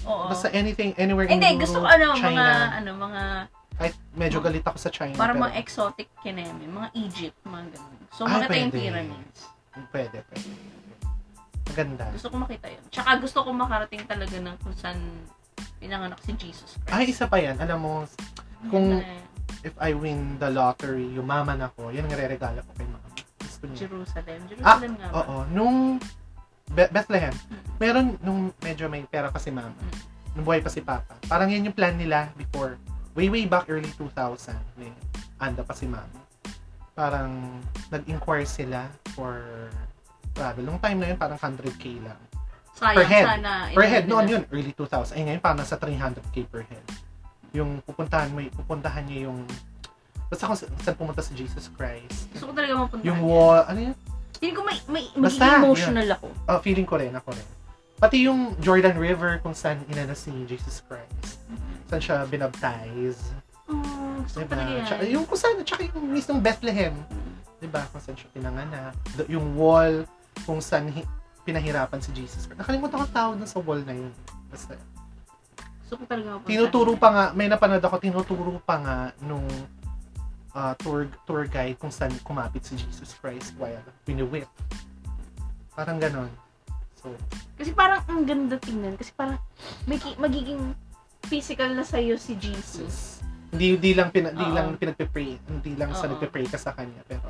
C: Oo.
B: Basta anything, anywhere in
C: Hindi,
B: Europe,
C: gusto ko ano,
B: China.
C: mga, ano, mga,
B: Kahit medyo galit ako sa China.
C: para
B: pero
C: mga exotic kineme, mga Egypt, mga ganun. So,
B: Ay,
C: makita yung
B: pwede.
C: pyramids.
B: Pwede, pwede. Maganda.
C: Gusto ko makita yun. Tsaka gusto ko makarating talaga ng kung saan pinanganak si Jesus Christ.
B: Ay, Ah, isa pa yan. Alam mo, kung
C: Ganda na yun.
B: if I win the lottery, yumaman ako, yun ang re-regalo ko kay mama. Gusto niya.
C: Jerusalem.
B: Ah,
C: Jerusalem nga ba?
B: oo. Nung Be- Bethlehem, meron nung medyo may pera pa si mama, nung buhay pa si papa. Parang yan yung plan nila before. Way, way back early 2000, may anda pa si mama. Parang nag-inquire sila for travel. Nung time na yun, parang 100k lang.
C: Sayang,
B: per head.
C: Sana,
B: Per head,
C: inano
B: noon
C: nila.
B: yun, early 2000. Ay, ngayon parang nasa 300k per head. Yung pupuntahan mo, pupuntahan niya yung... Basta kung sa- saan pumunta si Jesus Christ.
C: Gusto ko talaga mapunta.
B: Yung wall, ano yun?
A: Hindi ko may, may
B: Basta,
A: magiging emotional ako.
B: Ah, feeling ko rin, ako rin. Pati yung Jordan River kung saan inana si Jesus Christ. Saan siya binaptize.
C: Oh, gusto ko
B: Diba?
C: talaga yan.
B: Tsaka, yung kung saan, tsaka yung mismong Bethlehem. Diba? Kung saan siya pinanganak. The- yung wall kung saan hi- pinahirapan si Jesus Christ. Nakalimutan ko ang tawag na sa wall na yun. Basta
C: Gusto ko talaga mapunta.
B: tinuturo pa nga, may napanood ako, tinuturo pa nga nung ah, tour, tour guide kung saan kumapit si Jesus Christ while winuwit. Parang ganon. So,
A: Kasi parang ang ganda tingnan. Kasi parang may, ki- magiging physical na sa'yo si Jesus.
B: sis, hindi, hindi lang, pina, hindi
C: Oo.
B: lang pinagpe-pray, hindi lang sa
C: Oo.
B: nagpe-pray ka sa kanya, pero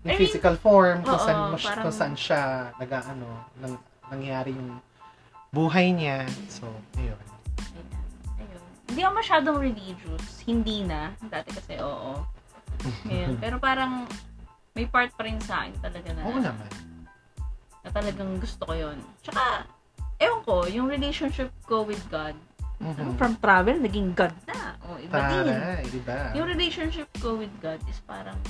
C: I
B: yung
C: mean,
B: physical form, kung
C: oo,
B: saan, mo, siya-
C: parang-
B: kung saan siya nag-ano, nang, nangyari yung buhay niya. So, ayun.
C: Ayan. Ayun.
A: Hindi ako masyadong religious. Hindi na. Dati kasi oo. Ngayon. Pero parang may part pa rin sa akin talaga na,
B: Oo naman.
A: na talagang gusto ko yon. Tsaka, ewan ko, yung relationship ko with God,
C: Ano,
A: ano,
B: Mhm.
A: from travel, naging God na. O, iba din.
B: Taray, di ba?
A: Yung relationship ko with God is parang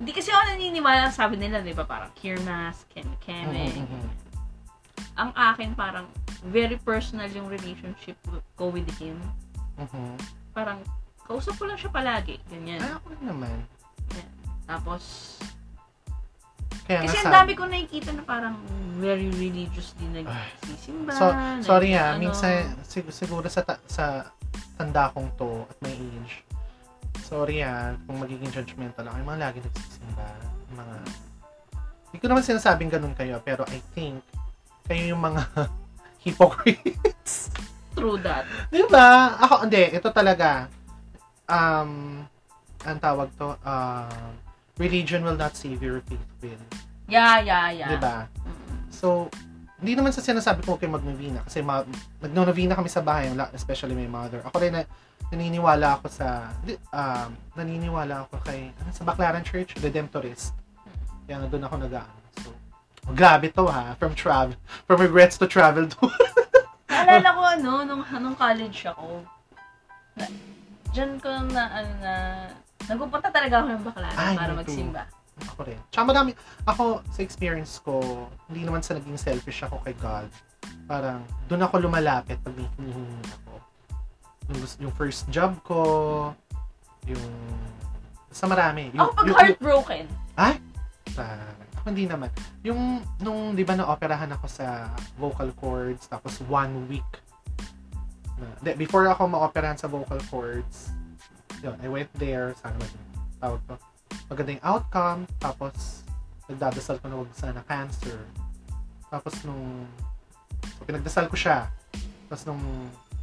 A: hindi kasi ako naniniwala sabi nila, di ba? Parang cure mask, keme, keme.
B: Mhm, mhm.
A: Ang akin parang very personal yung relationship ko with Him.
B: Mhm.
A: Parang kausap ko lang siya palagi. Ganyan.
B: Ah, ako naman.
A: Tapos,
B: Kaya
A: kasi
B: nga
A: ang
B: sabi-
A: dami ko nakikita na parang very religious din nagsisimba.
B: So, sorry
A: nag-
B: ha,
A: Diba? ano.
B: minsan sig- siguro sa ta- sa tanda kong to at my age. Sorry ha, kung magiging judgmental ako, yung mga lagi nagsisimba, yung mga Hindi ko naman sinasabing ganun kayo, pero I think kayo yung mga hypocrites.
A: True that.
B: Di ba? Ako, hindi. Ito talaga. Um, ang tawag to, um, religion will not save your faith will.
C: Yeah, yeah, yeah.
B: Di ba? So, hindi naman sa sinasabi ko huwag kayo mag-novena. Kasi ma- nag-novena kami sa bahay, la- especially my mother. Ako rin, na, naniniwala ako sa, di- um, naniniwala ako kay, ano, sa Baclaran Church, Redemptorist. Kaya nga doon ako nag So, oh, grabe to ha, from travel, from regrets to travel to.
C: Naalala ko ano, nung, nung college ako, na, dyan ko na, ano na,
A: Nagpupunta talaga ako ng Baclaran
B: Ay,
A: para
B: me too.
A: magsimba.
B: Ako rin. Tsaka madami, ako sa experience ko, hindi naman sa naging selfish ako kay God. Parang, doon ako lumalapit pag may hinihingi ako. Yung, gusto- yung first job ko, yung, sa marami. Yung,
C: Ako pag
B: yung-
C: heartbroken.
B: sa- ako hindi naman. Yung, nung, di ba, na-operahan ako sa vocal cords, tapos one week. Na, de, before ako ma-operahan sa vocal cords, yun, I went there, sana ba yung tawag to? Maganda yung outcome, tapos, nagdadasal ko na wag sana cancer. Tapos nung, so, pinagdasal ko siya. Tapos nung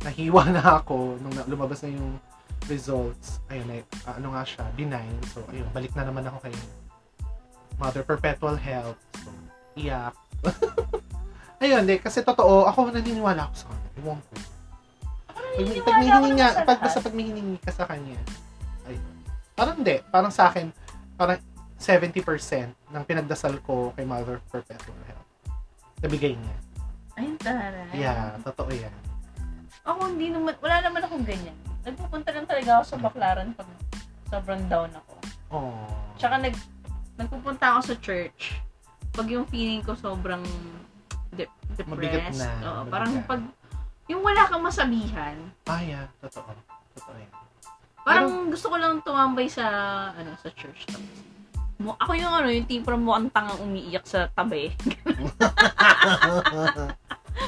B: nahiwa na ako, nung na- lumabas na yung results, ayun, eh, ah, ano nga siya, benign. So, ayun, balik na naman ako kay Mother Perpetual Help. So, iyak. ayun, di, kasi totoo, ako naniniwala ako sa kanya. Ewan ko. Pag, may- pag may
C: naniniwala ako
B: hiningi niya,
C: naman sa
B: pag,
C: lahat.
B: basta pag may hiningi ka sa kanya, ayun. Parang hindi, parang sa akin, parang 70% ng pinagdasal ko kay Mother Perpetual Help. Nabigay niya.
C: Ayun taray.
B: Yeah, totoo yan.
C: Ako hindi naman, wala naman akong ganyan. Nagpupunta lang talaga ako sa Baclaran pag sobrang down ako.
B: Oh.
C: Tsaka nag,
A: Nagpupunta ako sa church. Pag yung feeling ko sobrang de-
B: Mabigat
A: depressed.
B: na,
A: oo,
B: mabigat.
A: parang pag yung wala kang masabihan,
B: Ah, yeah, totoo. Totoo yan.
A: Parang gusto ko lang tumambay sa ano sa church tapos. Mo, ako yung ano, yung tipo na mukhang tangang umiiyak sa tabi.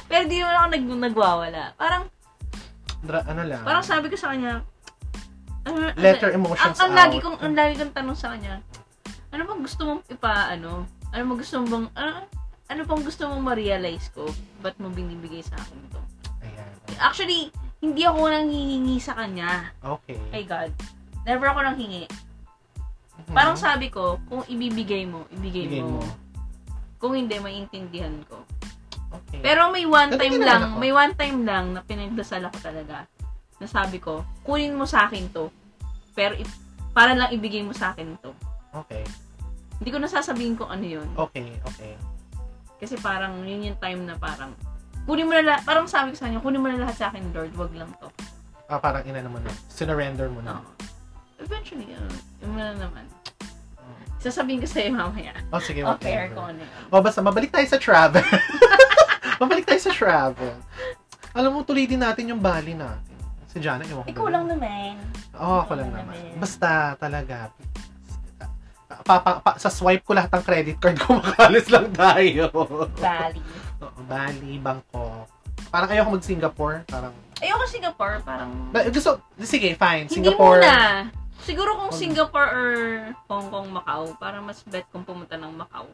A: Pero di naman ako nag, nagwawala. Parang,
B: Dra- ano lang.
A: parang sabi ko sa kanya, ano, ano-
B: Let your emotions
A: ang, ang
B: out.
A: lagi kong, ang lagi kong tanong sa kanya, ano bang gusto mong ipa, ano, ano bang gusto mong, ano, ano bang gusto mong ma-realize ko? Ba't mo binibigay sa akin to?
B: Ayan.
A: Actually, hindi ako nang hihingi sa kanya.
B: Okay.
A: Ay God. Never ako nang hingi.
B: Mm-hmm. Mhm.
A: Parang sabi ko, kung ibibigay mo, ibigay,
B: Bigay
A: mo. Kung hindi, maintindihan ko.
B: Okay.
A: Pero may one
B: Ganun
A: time
B: din naman
A: lang,
B: ako.
A: may one time lang na pinagdasal ako talaga. Nasabi ko, kunin mo sa akin to. Pero if, para lang ibigay mo sa akin to.
B: okay.
A: Hindi ko nasasabihin kung ano yun.
B: Okay, okay.
A: Kasi parang yun yung time na parang, kunin mo na lahat, parang sabi ko sa kanya, kunin mo na lahat sa akin, Lord, wag lang to.
B: Ah, parang ina naman na. Sinurrender mo na.
A: No. Eventually, ano, yun mo na naman.
B: Oh.
A: Sasabihin ko sa'yo mamaya.
B: Oh, sige,
A: Off-air ko
B: whatever.
A: ano yun.
B: Oh, basta mabalik tayo sa travel. mabalik tayo sa travel. Alam mo, tuloy din natin yung Bali natin. Si Jana, ewan ko.
C: ikaw
B: ba yun?
C: lang naman.
B: Oo, ako
C: Ikaw
B: lang
C: lang
B: naman.
C: naman.
B: Basta talaga. Pa, pa, pa- sa swipe ko lahat ng credit card ko, makalis lang tayo.
C: Bali.
B: Oo, Bali, Bangkok. Parang ayoko mag-Singapore. Parang,
A: Ayoko Singapore, parang...
B: Ba- gusto, sige, fine.
A: Hindi
B: Singapore.
A: muna. Siguro kung
B: Wag.
A: Singapore or Hong Kong, Macau, parang mas bet kung pumunta ng Macau.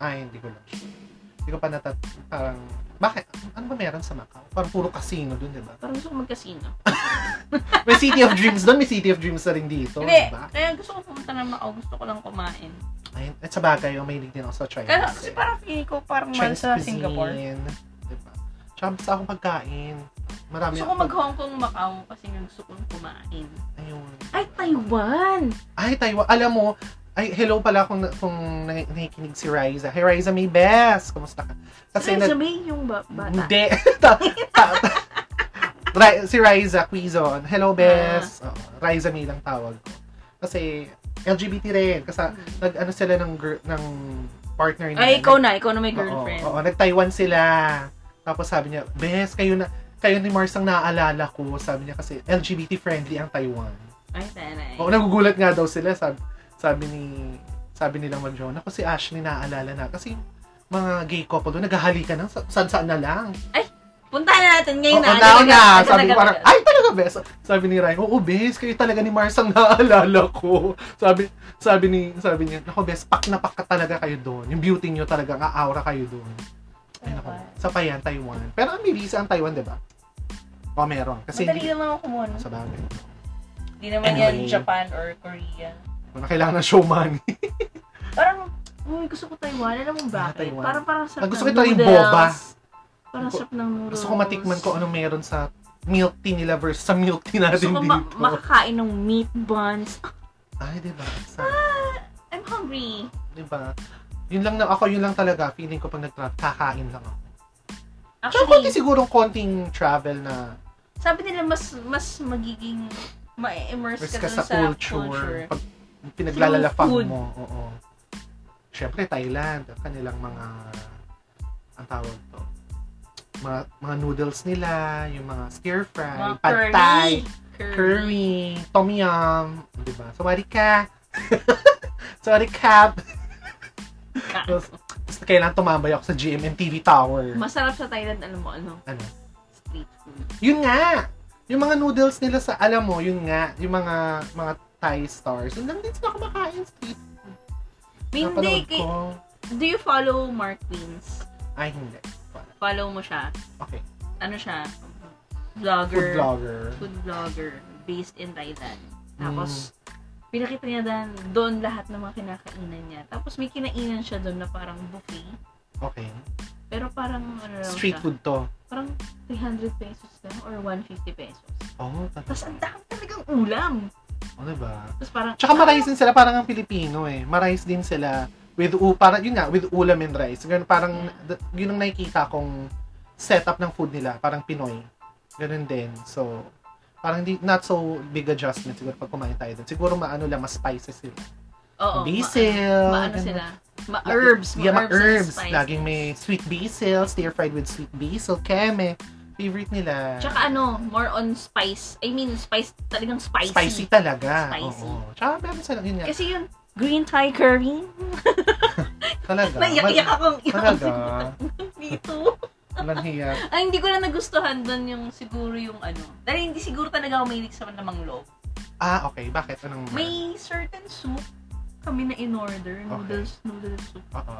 B: Ay, hindi ko lang. Hindi ko pa natat... Parang, bakit? Ano ba meron sa Macau? Parang puro casino dun, di ba?
A: Parang gusto ko mag-casino.
B: May City of Dreams dun, may City of Dreams na rin dito,
A: Hindi,
B: di ba?
A: kaya gusto ko pumunta ng Macau, gusto ko lang kumain.
B: Ayun, at sa bagay, oh, mahilig din ako sa Chinese.
C: Kaya, kasi parang feeling ko parang mahal sa Singapore.
B: Di ba? Tsaka basta akong pagkain. Marami
A: Gusto ko
B: akong-
A: mag-Hong Kong, Macau kasi nga gusto ko kumain.
B: Ayun.
A: Ay, Taiwan!
B: Ay, Taiwan. Alam mo, ay, hello pala kung, kung na- nakikinig si Riza. Hey, Riza, may best! Kumusta ka?
A: Kasi
B: nag-
A: sabihin yung ba- bata.
B: Hindi. ta, ta, ta. Ri- si Riza Quizon.
A: Ah.
B: Hello, Bes. Oo, Riza May lang tawag ko. Kasi LGBT rin. Kasi nag ano sila ng gir- ng partner niya.
A: Ay, ikaw na. Ikaw na may
B: Oo,
A: girlfriend.
B: Oo, nag-Taiwan sila. Tapos sabi niya, Bes, kayo na kayo ni Mars ang naaalala ko. Sabi niya kasi LGBT friendly ang Taiwan.
A: Ay, tanay.
B: Oo, nagugulat nga daw sila. Sabi, sabi ni sabi nila Ma'am Joan, ako si Ashley naaalala na. Kasi mga gay couple doon, naghahalikan na, sa- saan-saan na lang.
A: Puntahan natin ngayon
B: Oo,
A: na.
B: oh, na, na.
A: Talaga-
B: Sabi ko
A: talaga-
B: parang, ay talaga, bes. Sabi ni Ryan, oo, bes, kayo talaga ni Mars ang naaalala ko. Sabi, sabi ni, sabi niya, ako, bes, pak na pak ka talaga kayo doon. Yung beauty niyo talaga, ang aura kayo doon. Ay, naku,
A: Diba?
B: sa Payan, Taiwan. Pero ang bilis ang Taiwan, di ba? O, meron. Kasi,
C: Madali
B: hindi,
C: naman ako kumuha. nun.
B: sa bagay.
C: Hindi naman
B: Anyway.
C: yan Japan or Korea.
B: Wala kailangan ng show money.
C: Parang,
A: Uy, gusto ko Taiwan. Alam mo
B: Ah,
A: bakit?
B: Taiwan.
A: Parang parang sarap
B: Ah, gusto
A: ng
B: ko try yung
A: noodles.
B: boba.
A: Parang
B: Gusto-
A: sarap ng noodles.
B: Gusto ko matikman ano ko anong meron sa milk tea nila versus sa milk tea
A: Gusto
B: natin
A: ko
B: dito.
A: ma- makakain ng meat buns. Ah,
B: Ay, di ba? Sa-
A: I'm hungry.
B: Di ba? Yun lang na, ako yun lang talaga, feeling ko pag nag-trap, kakain lang ako. Tsaka konti
A: Actually,
B: siguro konting travel na
A: sabi nila mas mas magiging
C: ma-immerse
B: Mas
C: ka,
B: ka
C: dun
B: sa culture. Pag pinaglalalapang
C: Through food.
B: mo. Oo. Siyempre, Thailand. ang Kanilang mga, ang tawag to, mga, mga noodles nila, yung mga stir fry,
C: Mga
B: pad
C: curry.
B: thai,
C: Curry.
B: curry, tom yum, di ba? Sawari ka! Sorry, Cap! Tapos, tapos kailangan tumambay ako sa GMMTV Tower.
A: Masarap sa Thailand, alam mo, ano?
B: Ano?
A: Street food.
B: Yun nga! Yung mga noodles nila sa, alam mo, yun nga, yung mga, mga Thai stars. Ang lang din sila kumakain street.
A: Hindi,
B: Napanood
A: kay,
B: ko.
A: do you follow Mark Queens?
B: Ay, hindi.
A: Follow mo siya.
B: Okay.
A: Ano siya?
B: Food
A: Vlogger.
B: vlogger.
A: food vlogger based in Thailand.
B: Mm.
A: Tapos, pinakita niya dan- doon lahat ng mga kinakainan niya. Tapos, may kinainan siya doon na parang buffet.
B: Okay.
A: Pero parang, ano lang
B: Street
A: siya,
B: food to.
A: Parang 300 pesos lang or 150 pesos.
B: Oo, oh,
A: Tapos, ang dami talagang ulam.
B: Ano ba?
A: Tapos, parang,
B: Tsaka marais din sila parang ang Pilipino eh. Marais din sila with u parang yun nga with ulam and rice. Ganun parang th- yun ang nakikita kong setup ng food nila, parang Pinoy. Ganun din. So parang di, not so big adjustment siguro pag kumain tayo doon. Siguro maano lang, mas spices sila.
A: oo,
B: basil.
A: ma- maano
B: ganun.
A: sila.
B: La-
A: Ma-herbs.
B: Yeah, ma-
A: and
B: herbs.
A: spices.
B: Laging may sweet basil, stir fried with sweet basil, keme. Favorite nila.
A: Tsaka ano, more on spice. I mean, spice, talagang spicy.
B: Spicy talaga.
A: Spicy.
B: Oo. Tsaka meron sila, yun nga,
A: Kasi yun, green Thai curry.
B: talaga.
A: Naiyak-iyak akong
B: Talaga.
A: dito.
B: Walang hiya.
A: Ay, hindi ko na nagustuhan doon yung siguro yung ano. Dahil hindi siguro talaga ako mahilig sa malamang loob.
B: Ah, okay. Bakit? Anong...
A: May certain soup kami na in-order. Noodles, noodle soup.
B: Oo.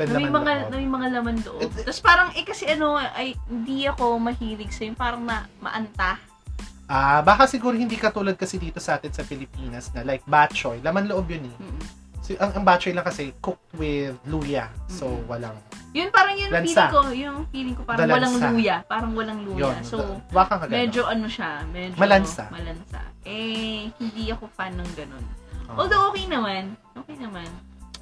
A: Na may, mga, na
B: Mga...
A: may mga laman loob.
B: It's-
A: Tapos parang, eh kasi ano, ay, hindi ako mahilig sa yung parang na, maanta.
B: Ah, baka siguro hindi katulad kasi dito sa atin sa Pilipinas na like batchoy. Laman loob yun eh.
A: Mm.
B: So, ang, ang batchoy lang kasi cooked with luya. So, walang...
A: Yun parang yun ang
B: Lansa.
A: feeling ko. Yung feeling ko parang
B: The
A: walang
B: lansa.
A: luya. Parang walang luya.
B: Yun.
A: So,
B: baka nga ganun.
A: medyo ano siya. Medyo
B: Malansa.
A: Malansa. Eh, hindi ako fan ng ganun.
B: Oo.
A: Although okay naman. Okay naman.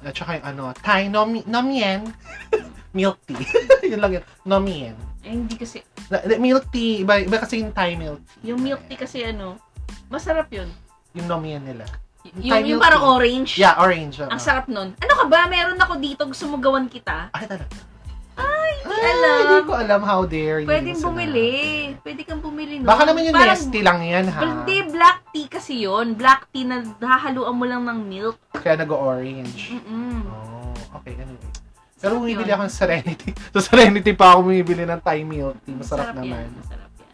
B: At saka yung ano, Thai nom nomien. milk tea. yun lang yun. Nomien.
A: Eh, hindi kasi
B: Na- na- Milk tea. Iba, iba kasi yung Thai milk tea.
A: Yung milk tea kasi ano, masarap yun.
B: Yung nomien nila.
A: Y-
B: Thai
A: yung, yung
B: milk
A: parang
B: tea.
A: orange.
B: Yeah, orange.
A: Ang
B: Ang
A: sarap nun. Ano ka ba? Meron ako dito. Gusto mo gawan kita?
B: Ay, talaga. Ay,
A: alam.
B: Hindi ko alam how dare you.
A: Pwedeng
B: Sina-
A: bumili. Pwede kang bumili nun.
B: Baka naman yung
A: Parang-
B: nasty lang yan, ha?
A: Hindi, black tea kasi yon Black tea na hahaluan mo lang ng milk.
B: Kaya nag-orange.
A: Mm-mm.
B: Oh, okay, anyway. Pero bumibili
A: yun.
B: ako ng Serenity. So, Serenity pa ako bumibili ng Thai milk tea. Masarap
A: yan.
B: naman.
A: Masarap yan.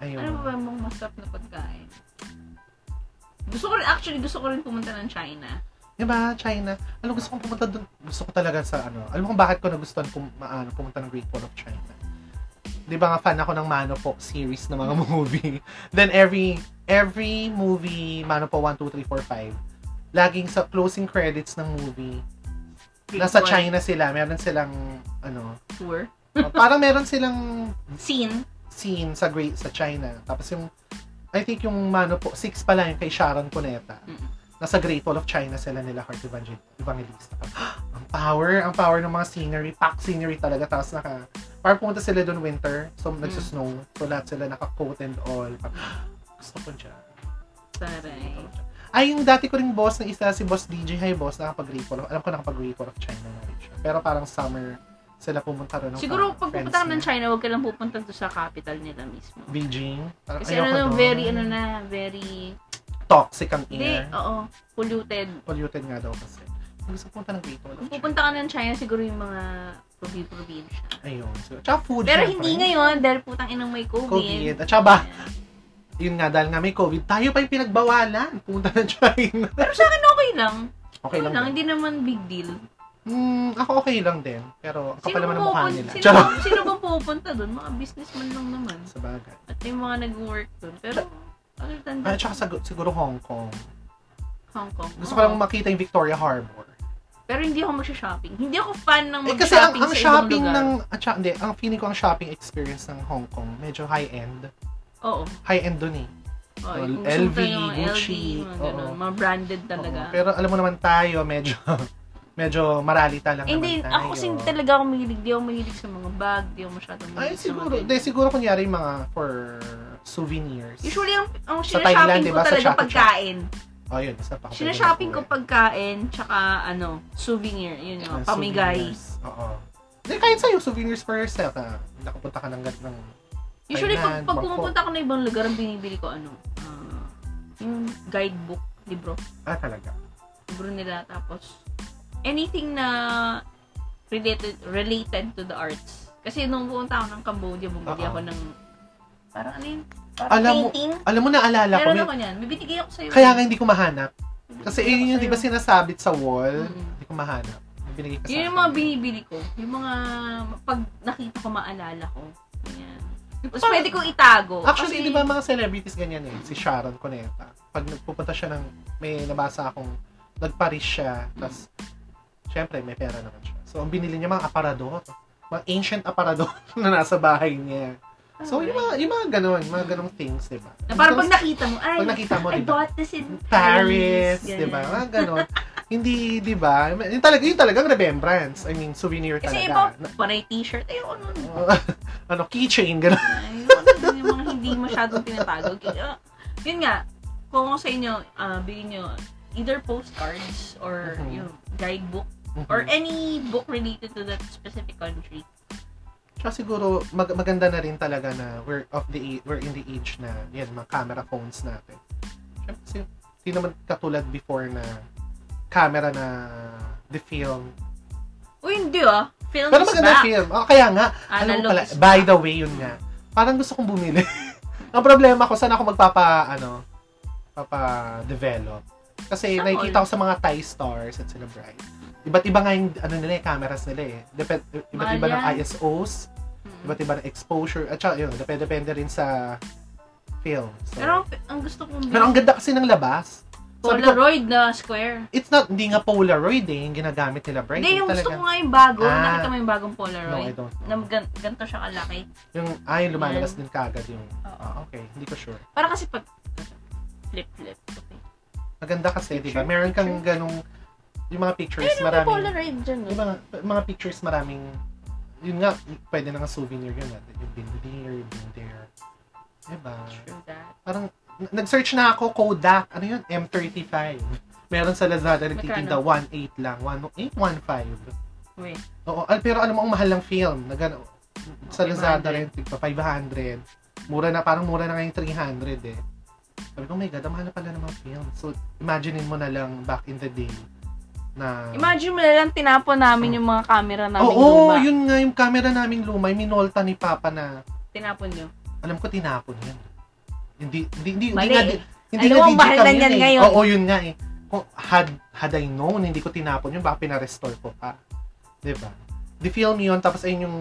B: Ayun.
A: Ano ba ba mong masarap na pagkain? Gusto ko rin, actually, gusto ko rin pumunta ng China.
B: Diba, China? Alam, gusto kong pumunta doon. Gusto ko talaga sa ano. Alam mo kung bakit ko nagustuhan pum, maano, pumunta ng Great Wall of China? Di ba nga fan ako ng Manopo series ng mga movie? Then every every movie, Manopo 1, 2, 3, 4, 5, laging sa closing credits ng movie, nasa
A: Before
B: China sila. Meron silang, ano,
A: Tour.
B: parang meron silang
A: Scene.
B: scene sa Great sa China. Tapos yung I think yung mano po, six pala yung kay Sharon Cuneta.
A: Mm.
B: Nasa Great Wall of China sila nila Heart Evangel- Evangelista. ang power, ang power ng mga scenery, pack scenery talaga. Tapos naka, parang pumunta sila doon winter, so
A: Mm.
B: nagsusnow. So lahat sila naka-coat and all. Parang, gusto ko dyan.
A: Taray.
B: Ay, yung dati ko ring boss na isa, si Boss DJ, hi boss, nakapag-Great Wall of, alam ko nakapag-Great Wall of China na rin siya. Pero parang summer sila pumunta rin. ng
A: Siguro,
B: parang
A: pag
B: friends
A: pupunta ka ng
B: niya.
A: China, huwag ka lang pupunta doon sa capital nila mismo.
B: Beijing. Parang
A: Kasi
B: ayoko
A: ano
B: doon.
A: na, very, ano na, very,
B: toxic ang
A: hindi, oh.
B: air.
A: oo, polluted.
B: Polluted nga daw kasi. Gusto ko punta ng Great Wall of
A: Kung
B: China.
A: pupunta ka ng China, siguro yung mga probi- probinsya.
B: Ayun. So, tsaka food.
A: Pero
B: Oh, syempre.
A: hindi ngayon, dahil putang inang may COVID.
B: COVID. Ah, At tsaka ba, yun nga, dahil nga may COVID, tayo pa yung pinagbawalan. Pumunta ng China.
A: Pero sa akin, okay lang.
B: Okay lang. din.
A: Hindi naman big deal.
B: Hmm, ako okay lang din. Pero, ang kapal naman ang mukha
A: pupun-
B: nila.
A: sino,
B: Charot.
A: sino ba pupunta doon? Mga businessman lang naman.
B: Sa bagay.
A: At yung mga nag-work doon. Pero, other than that,
B: At Ah, tsaka sag- siguro Hong Kong.
A: Hong Kong.
B: Gusto ko
A: oo.
B: lang makita yung Victoria Harbor.
A: Pero hindi ako magsha-shopping. Hindi ako fan ng
B: Eh, kasi
A: mag-shopping
B: ang, ang
A: sa ibang
B: shopping
A: lugar.
B: ng... At tsaka, hindi, ang feeling ko ang shopping experience ng Hong Kong, medyo high-end.
A: Oo.
B: High-end dun eh.
A: Oh,
B: Well,
A: kung gusto
B: LV,
A: mo yung mga
B: Gucci,
A: LV, mga, ganun,
B: oo.
A: mga branded talaga.
B: Oo, pero alam mo naman tayo, medyo medyo maralita lang
A: Hindi,
B: naman tayo.
A: ako kasi hindi talaga ako mahilig. Di ako mahilig sa mga bag, di ako masyadong mahilig
B: Ay,
A: sa
B: siguro.
A: mga
B: Hindi, siguro kunyari yung mga for souvenirs.
A: Usually, ang, ang
B: Sa
A: sinashopping
B: Thailand, di
A: ko
B: ba? Sa
A: talaga
B: Shopee Shop.
A: pagkain.
B: Oh, yun. Basta pa
A: Sinashopping ko pagkain, tsaka ano, souvenir, yun yung pamigay.
B: Ah, Oo. Hindi, kahit sa'yo, souvenirs for yourself. Ha? Nakapunta ka ng gat ng...
A: Usually, pag,
B: Thailand,
A: pag
B: Bangkok.
A: pumupunta ako ng ibang lugar, ang binibili ko ano, ah, yung guidebook, libro.
B: Ah, talaga.
A: Libro nila, tapos anything na related related to the arts. Kasi nung pumunta ako ng Cambodia, bumili
B: Oo.
A: ako ng parang ano yun? Parang
B: Alam mo-
A: painting.
B: Alam mo, naalala ko.
A: Meron
B: May,
A: ako niyan. May binigay ako sa'yo.
B: kaya nga hindi ko mahanap.
A: May
B: Kasi
A: binigay ako
B: yun yung, di ba,
A: sa'yo.
B: sinasabit sa wall.
A: Mm.
B: Hindi ko mahanap. Yung Binigay ka sa
A: Yun yung
B: akin.
A: mga binibili ko. Yung mga pag nakita ko, maalala ko. Ganyan. Tapos
B: Parang-
A: pwede kong itago.
B: Actually,
A: Kasi-
B: di ba mga celebrities ganyan eh. Si Sharon Cuneta. Pag nagpupunta siya ng... May nabasa akong... Nag-Paris siya. Tapos, syempre, may pera naman siya. So, ang binili niya mga aparador. Mga ancient aparador na nasa bahay niya. So, yung mga, yung mga ganun, mga ganong things, di ba?
A: Na parang pag nakita mo, ay,
B: Pag nakita mo,
A: I
B: di ba?
A: bought this in Paris.
B: Paris, diba? Ah, di ba?
A: ganyan.
B: Mga ganon. Hindi, di ba? Yung talaga, yung talagang remembrance. I mean, souvenir
A: Kasi
B: talaga.
A: iba, panay t-shirt, ayoko nun.
B: ano, keychain, gano'n.
A: Ayoko nun. ano, Yung mga hindi masyadong tinatago. Kaya, yun nga, kung ako sa inyo, ah, bilhin nyo either postcards or
B: Mhm.
A: yung guidebook or any book related to that specific country.
B: Tsaka siguro, mag- maganda na rin talaga na we're of the a- we're in the age na, yan, mga camera phones natin. Siyempre, kasi hindi naman katulad before na camera na the film.
A: Uy, hindi ah. Film
B: Pero
A: is
B: maganda
A: back.
B: film. Oh, kaya nga, Alam mo
A: Analog
B: pala,
A: is
B: by
A: back.
B: the way, yun nga. Parang gusto kong bumili. Ang problema ko, saan ako magpapa, ano, papa-develop.
A: Sa
B: Kasi nakikita ko sa mga Thai stars at sila bright. Iba't iba nga yung, ano nila eh, cameras nila eh. Depend, iba't
A: Mahal
B: iba ng
A: yan.
B: ISOs, iba't iba ng exposure, at saka yun, depende, depende rin sa film. So,
A: Hmm. Pero ang, ang gusto kong
B: pero ang ganda kasi ng labas. Sabi ko,
A: Polaroid na square.
B: it's not, hindi nga Polaroid eh, yung ginagamit nila bright.
A: Hindi,
B: Yung
A: yung gusto ko
B: talaga-
A: nga yung bago.
B: Ah.
A: Nakita mo yung bagong
B: No, I
A: Polaroid.
B: don't.
A: na gan- ganito siya kalaki.
B: Yung, ay, lumalabas din kagad yung, ah, okay, hindi ko sure.
A: Para kasi pag flip-flip. Okay.
B: Maganda kasi, di ba?
C: Picture,
B: Meron kang
C: picture.
B: ganong, yung mga pictures,
A: Pero may
B: maraming,
A: Polaroid dyan. eh.
B: yung mga, mga pictures, maraming, yun nga, pwede na nga souvenir yun. ah. You've been there, you've been there. Di ba?
A: True that.
B: Parang, n- nag-search na ako, Kodak, ano yun? M35. Meron sa Lazada, nagtitinda, 1.8 lang, 1.8, 1.5.
A: Wait.
B: Oo, al- pero alam mo, ang mahal ng film, na gano, sa
A: Okay, 500.
B: Lazada rin, tigpa 500. Mura na, parang mura na ngayon 300 eh. Sabi ko, oh my God, ang mahal na pala ng mga film. So, imaginein mo na lang back in the day na...
A: Imagine mo na lang tinapon namin yung mga camera namin
B: Oo,
A: luma.
B: yun nga yung camera naming luma, yung minolta ni Papa na,
A: Tinapon nyo.
B: alam ko, tinapon yun. Hindi, hindi, hindi,
A: Mali.
B: hindi na, di- hindi
A: Alam
B: na
A: mo, mahal
B: digital
A: na
B: yun
A: yan
B: eh.
A: ngayon.
B: Oo, yun nga eh. Kung had, had I known, hindi ko tinapon yun, baka pinarestore ko pa. Diba? Di film yun, tapos ayun yung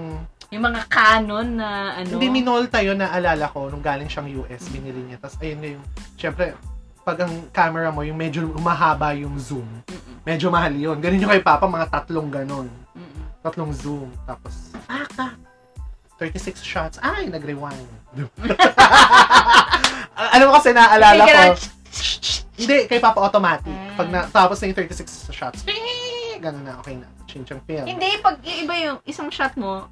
A: Yung mga Canon na ano.
B: Hindi minolta yun, naalala ko, nung galing siyang US, binili niya. Tapos ayun na yung, syempre, pag ang camera mo, yung medyo umahaba yung zoom,
A: Mm-mm.
B: medyo mahal yun. Ganun yung kay Papa, mga tatlong ganon.
A: Mm-mm.
B: Tatlong zoom. Tapos,
A: Ah,
B: paka! 36 shots. Ay, nag-rewind. Al- alam mo kasi naalala
A: Hindi
B: ko,
A: ka
B: hindi, kay Papa automatic.
A: Mm.
B: Pag natapos na yung 36 shots, ping! ganun na, okay na. Change yung film.
A: Hindi, pag yung iba yung isang shot mo,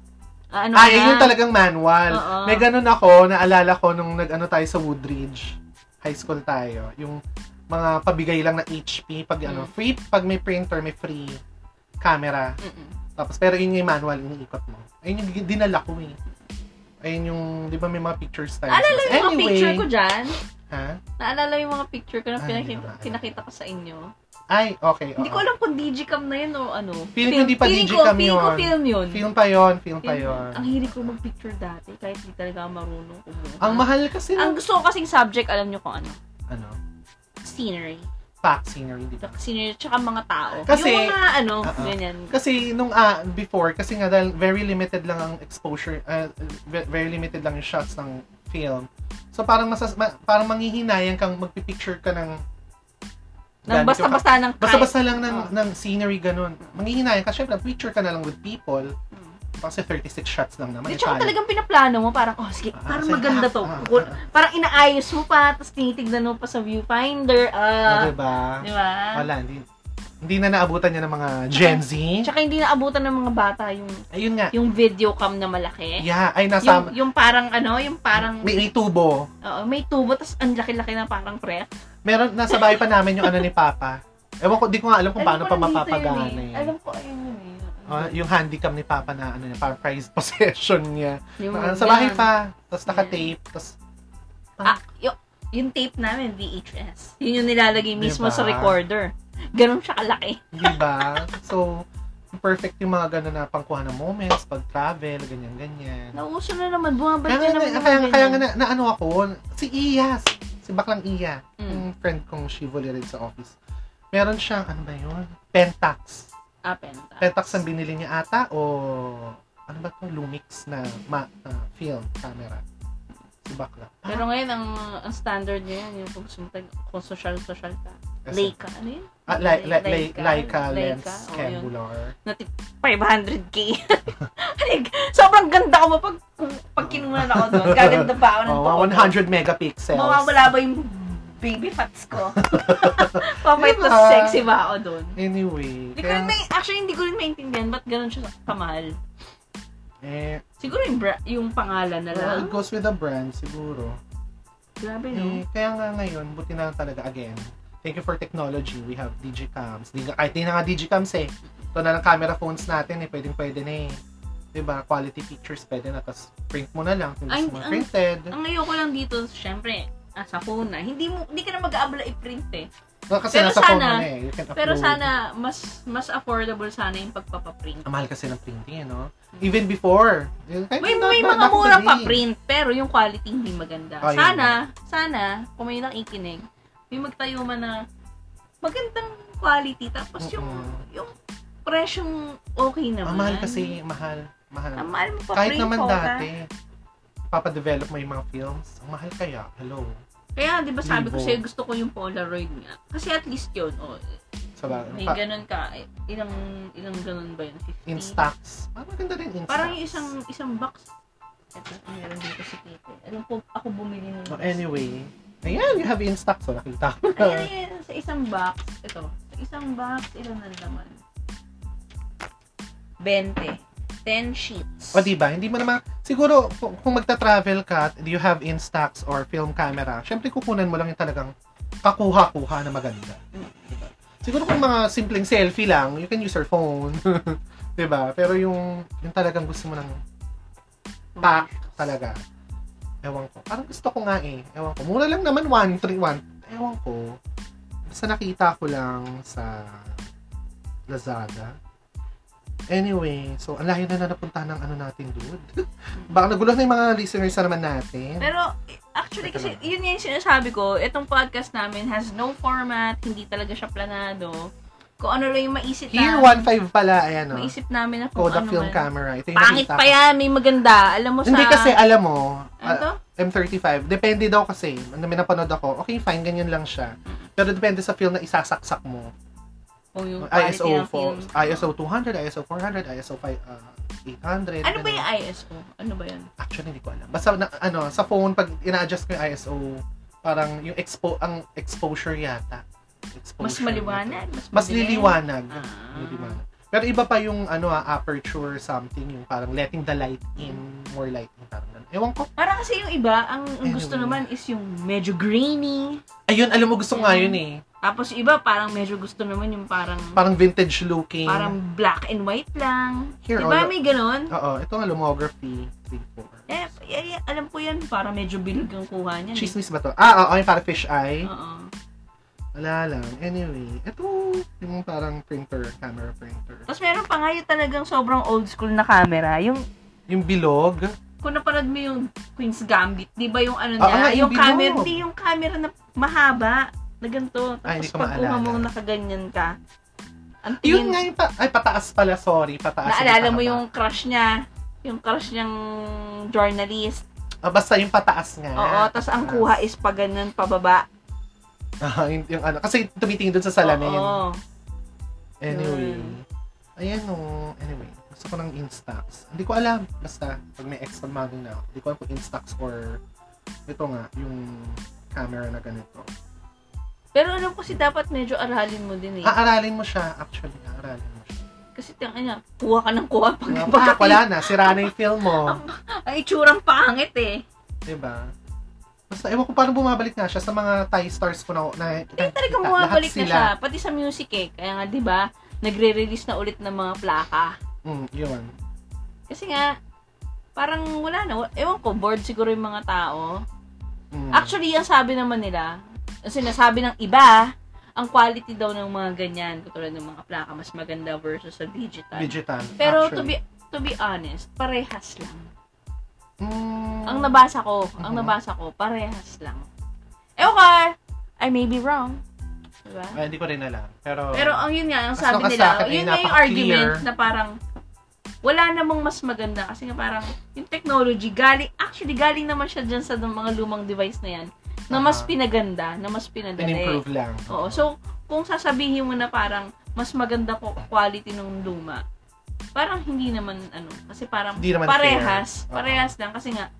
A: ah, ano
B: Ah,
A: ka
B: yun
A: na?
B: yung talagang manual.
A: Oo.
B: May ganun ako, naalala ko nung nag-ano tayo sa Woodridge, high school tayo, yung mga pabigay lang na HP, pag
A: Mm.
B: ano, free, pag may printer, may free camera.
A: Mm-mm.
B: Tapos, pero yun yung manual, iniikot mo. Ayun yung dinala ko eh. Ayun yung, di ba may mga pictures tayo.
A: Alala Ah, yung mga picture ko dyan.
B: Ha?
A: Naalala yung mga picture ko na
B: Ah,
A: pinakita,
B: hindi ko
A: pinakita ko sa inyo.
B: Ay, okay.
A: Hindi
B: oo.
A: ko alam kung digicam na yun o ano.
B: Feeling ko hindi pa
A: feeling
B: digicam
A: ko, Feeling ko
B: yun.
A: film yun.
B: Film pa yon film pa
A: Film yun.
B: yon
A: Ang hilig ko mag-picture dati kahit hindi talaga ako marunong kumuha.
B: Ang mahal kasi
A: Ang
B: ng,
A: gusto ko kasing subject, alam nyo kung ano,
B: ano,
A: scenery.
B: pack scenery, di ba?
A: Like, Scenery, tsaka mga tao.
B: Kasi-
A: yung mga ano,
B: Oo.
A: ganyan.
B: Kasi nung ah, before, kasi nga dahil very limited lang ang exposure, ah, ve- very limited lang yung shots ng film. So parang masas ma- parang manghihinayang kang magpipicture ka ng
A: Nang
B: Ganito ka-
A: basta-basta Ah. ng
B: basta-basta lang ng,
A: Oo.
B: ng scenery ganun. Manghihinayang ka, syempre, picture ka na lang with people. Kasi 36 shots lang naman.
A: Hindi, Hmm.
B: eh,
A: tsaka
B: sayang.
A: talagang pinaplano mo, parang, oh, sige,
B: Ah,
A: parang
B: sige,
A: maganda
B: ah,
A: to.
B: ah,
A: Kukul- Parang inaayos mo pa, tapos tinitignan mo pa sa viewfinder. Ah,
B: Ah, diba?
A: di ba?
B: Wala, hindi. Hindi na naabutan niya ng mga Gen Z.
A: Tsaka hindi naabutan ng mga bata yung
B: Ayun nga.
A: yung video cam na malaki.
B: Yeah, ay
A: Yung,
B: nasa...
A: yung parang ano, yung parang
B: May, may tubo.
A: oo, may tubo tas ang laki-laki na parang press.
B: Meron, nasa bahay pa namin yung ano ni Papa. Ewan ko, di ko nga alam kung paano
C: Alam ko
B: pa
C: nandito yun
B: mapapagana
C: eh.
B: yun.
C: Alam ko, ayun yun eh.
B: Ah, yung handicam ni Papa na ano niya, parang prized possession niya.
A: Yung,
B: Ah, sa bahay pa, tapos naka-tape, tapos
A: Ah, yung, yung tape namin VHS. Yun yung nilalagay mismo
B: Diba?
A: sa recorder. Ganun siya kalaki.
B: Di ba? So, perfect yung mga gano'n na pangkuha ng moments, pag-travel, ganyan-ganyan.
A: Nauso na naman, bumabalik
B: Kaya nga,
A: na naman.
B: na,
A: yung
B: kaya, nga-
A: ganyan.
B: kaya nga na, na ano ako, si Iya, si- si baklang Iya,
A: Mm.
B: yung friend kong shivoli rin sa office. Meron siyang, ano ba yun? Pentax.
A: Ah, penta.
B: Pentax ang binili niya ata o ano ba to Lumix na ma, ah, film camera. Si bakla.
A: Pero ngayon, ang, ang standard niya yan, yung kung, suntag, kung social-social ka.
B: Kasi-
A: Leica, ano yun?
B: Ah, Lai- Lai- Lai-
A: Leica.
B: Leica lens
A: Leica, oo, yun.
B: Kevlar.
A: 500k. Alig, Ano sobrang ganda ko mapag kung
C: Pag kinunan ako doon, gaganda pa ako ng
B: Oh,
C: paa.
B: 100 megapixels.
C: Mawawala ba yung baby fats ko?
A: Papay
B: Diba?
A: to sexy ba ako doon?
B: Anyway.
A: Hindi ko
B: kaya-
A: rin may, actually, hindi ko rin maintindihan ba't ganun siya kamahal.
B: Eh,
A: Siguro yung, bra- yung pangalan na
B: well, it
A: lang.
B: goes with the brand siguro.
A: Grabe, no?
B: Eh, kaya nga ngayon, buti na lang talaga again. Thank you for technology. We have digicams. Di, kahit di na nga digicams eh. Ito na lang camera phones natin eh. Pwedeng pwede na eh. Diba? Quality pictures pwede na. Tapos print mo na lang. Kung gusto
A: Ang-
B: mo
A: ang-
B: printed.
A: Ang ayoko lang dito, syempre, nasa phone na. Hindi mo, hindi ka na mag-aabala i-print eh.
B: No, kasi
A: pero
B: nasa phone
A: sana-
B: mo na eh. You can upload.
A: Pero sana, mas mas affordable sana yung pagpapaprint.
B: Ang mahal kasi ng printing eh, no? Even before. Kahit
A: May,
B: na-
A: may mga
B: ba- back in the
A: murang
B: day.
A: pa-print, pero yung quality hindi maganda.
B: Oh, yun
A: sana, sana, kung may nakikinig, may magtayo man na magandang quality, tapos yung,
B: Oo.
A: yung presyong okay naman.
B: Ang mahal kasi. Mahal. Mahal.
A: Ang mahal mo pa
B: Kahit
A: print
B: naman
A: photo.
B: dati, papadevelop mo yung mga films. Ang mahal kaya. Hello.
A: Kaya, di ba sabi ko
B: Libo.
A: sa'yo, gusto ko yung Polaroid nga. Kasi at least yun, oh,
B: Sa bagay.
A: may
B: Pa-
A: ganun ka, eh, ilang, ilang ganun ba yun? 50?
B: in stocks. Parang maganda rin in
A: Parang
B: stocks.
A: yung isang, isang box. Ito, meron dito si Kate. Alam ko, ako bumili nung
B: Oh,
A: box.
B: anyway. Ayan, you have in stocks. So, nakita ko na.
A: Ayan, ayan, sa isang box. Ito, sa isang box, ilan ang laman? 20. 10 sheets.
B: O diba, hindi mo naman, siguro kung, kung magta-travel ka, do you have in stocks or film camera, syempre kukunan mo lang yung talagang kakuha-kuha na maganda. Diba? Siguro kung mga simpleng selfie lang, you can use your phone. 'Di ba? Pero yung, yung talagang gusto mo ng pack talaga. Ewan ko. Parang gusto ko nga eh. Ewan ko. Mura lang naman, 131. Ewan ko. Basta nakita ko lang sa Lazada. Anyway, so ang layo na na napunta ng ano natin, dude. Baka nagulo na yung mga listeners na naman natin.
A: Pero, eh, actually,
B: Ito
A: kasi
B: lang.
A: yun nga yung sinasabi ko, itong podcast namin has no format, hindi talaga siya planado. Kung ano lang yung maisip
B: Here,
A: namin.
B: 1.5 pala. Ayan, oh.
A: Maisip namin na kung
B: Kodak
A: ano
B: film
A: man.
B: camera. Ito yung
A: Pangit
B: nakita
A: pa
B: ko.
A: yan, may maganda. Alam mo sa...
B: Hindi kasi, alam mo,
A: Ano
B: ah,
A: to?
B: M35, depende daw kasi. Ano may napanood ako, okay, fine, ganyan lang siya. Pero depende sa film na isasaksak mo.
A: Kung Oh, yung ano. quality
B: ISO
A: ng
B: 4,
A: film.
B: ISO 200, ISO 400, ISO 5, uh, 800.
A: Ano ba
B: ganun.
A: yung ISO? Ano ba yun?
B: Actually, hindi ko alam. Basta, na, ano, sa phone, pag ina-adjust ko yung ISO, parang yung expo, ang exposure yata. Exposure
A: Mas maliwanag?
B: yata.
A: Mas,
B: Mas
A: madilim?
B: liliwanag.
A: Ah.
B: Liliwanag. Pero iba pa yung, ano, ah, aperture something, yung parang letting the light in, more light in, parang ganun. Ewan ko.
A: Para kasi yung iba, ang ang gusto
B: Anyway.
A: naman is yung medyo grainy.
B: Ayun, alam mo, gusto ko nga yun eh.
A: Tapos yung iba, parang medyo gusto naman yung parang,
B: Parang vintage looking.
A: parang black and white lang.
B: Here,
A: diba
B: all-
A: may ganun?
B: Oo, ito nga, lumography 3-4.
A: Eh, eh, eh, alam ko yan, parang medyo bilog ang kuha niyan. eh.
B: Chismis ba to? Ah, oo, yung parang fish eye.
A: Oo.
B: Wala lang. Anyway, ito yung parang printer, camera printer.
A: Tapos meron pa nga yung talagang sobrang old school na camera. Yung,
B: Yung bilog.
A: kung napanood mo yung Queen's Gambit, di ba yung ano
B: Oo
A: niya?
B: nga, Ah, yung
A: yung, camera,
B: bilog.
A: di yung camera na mahaba, na ganito. Tapos
B: Ay, hindi ko
A: pag kuha
B: maalala.
A: mo nakaganyan ka, ang
B: Yun
A: tingin
B: nga ah, yung pa- ay, pataas pala, sorry. Pataas.
A: Naalala mo
B: Hindi pahaba.
A: yung crush niya, yung crush niyang journalist.
B: Ah, basta yung pataas nga.
A: Oo, tapos ang
B: Pataas.
A: kuha is pa ganun, pababa.
B: Ah, yung, yung ano. Kasi tumitingin dun sa salamin.
A: Oo.
B: Anyway.
A: Yun.
B: Ayan o. Anyway. Gusto ko ng instax. Hindi ko alam. Basta, pag may extra money na, hindi ko alam kung instax or ito nga, yung camera na ganito.
A: Pero alam ko si dapat medyo aralin mo din eh.
B: Aaralin mo siya, actually. Aaralin mo siya.
A: Kasi tiyang ina, kuha ka ng kuha pag
B: Nga,
A: bakit?
B: Ah, wala na, sira na yung film mo.
A: Ang itsurang pangit eh.
B: Diba? Basta, ewan ko parang bumabalik nga siya sa mga Thai stars ko na... na
A: Hindi talaga
B: lahat
A: bumabalik na
B: sila.
A: siya. Pati sa music eh. Kaya nga, di ba, nagre-release na ulit ng mga plaka.
B: Mm, yun.
A: Kasi nga, parang wala na. Wa- Ewan ko, bored siguro yung mga tao.
B: Mm.
A: Actually, ang sabi naman nila, ang sinasabi ng iba, ang quality daw ng mga ganyan, katulad ng mga plaka, mas maganda versus sa digital.
B: digital.
A: Pero to
B: actually.
A: be to be honest, parehas lang.
B: Mm,
A: Ang nabasa ko, ang
B: Mhm.
A: nabasa ko, parehas lang. Ewan ko, I may be wrong. Diba?
B: Ay, Ah, hindi ko rin alam. Pero,
A: Pero ang yun nga, ang
B: Mas
A: sabi
B: nakasakin
A: nila,
B: ay
A: yun nga yung
B: napaka-clear.
A: argument na parang wala namang mas maganda kasi nga parang yung technology galing actually galing naman siya diyan sa dun- mga lumang device na yan na mas
B: Aha.
A: pinaganda, na mas pinadali.
B: in-improve lang.
A: eh. Oo. So kung sasabihin mo na parang mas maganda ko quality nung luma, parang hindi naman ano kasi parang
B: Hindi naman
A: parehas,
B: fair. Oo.
A: parehas lang kasi nga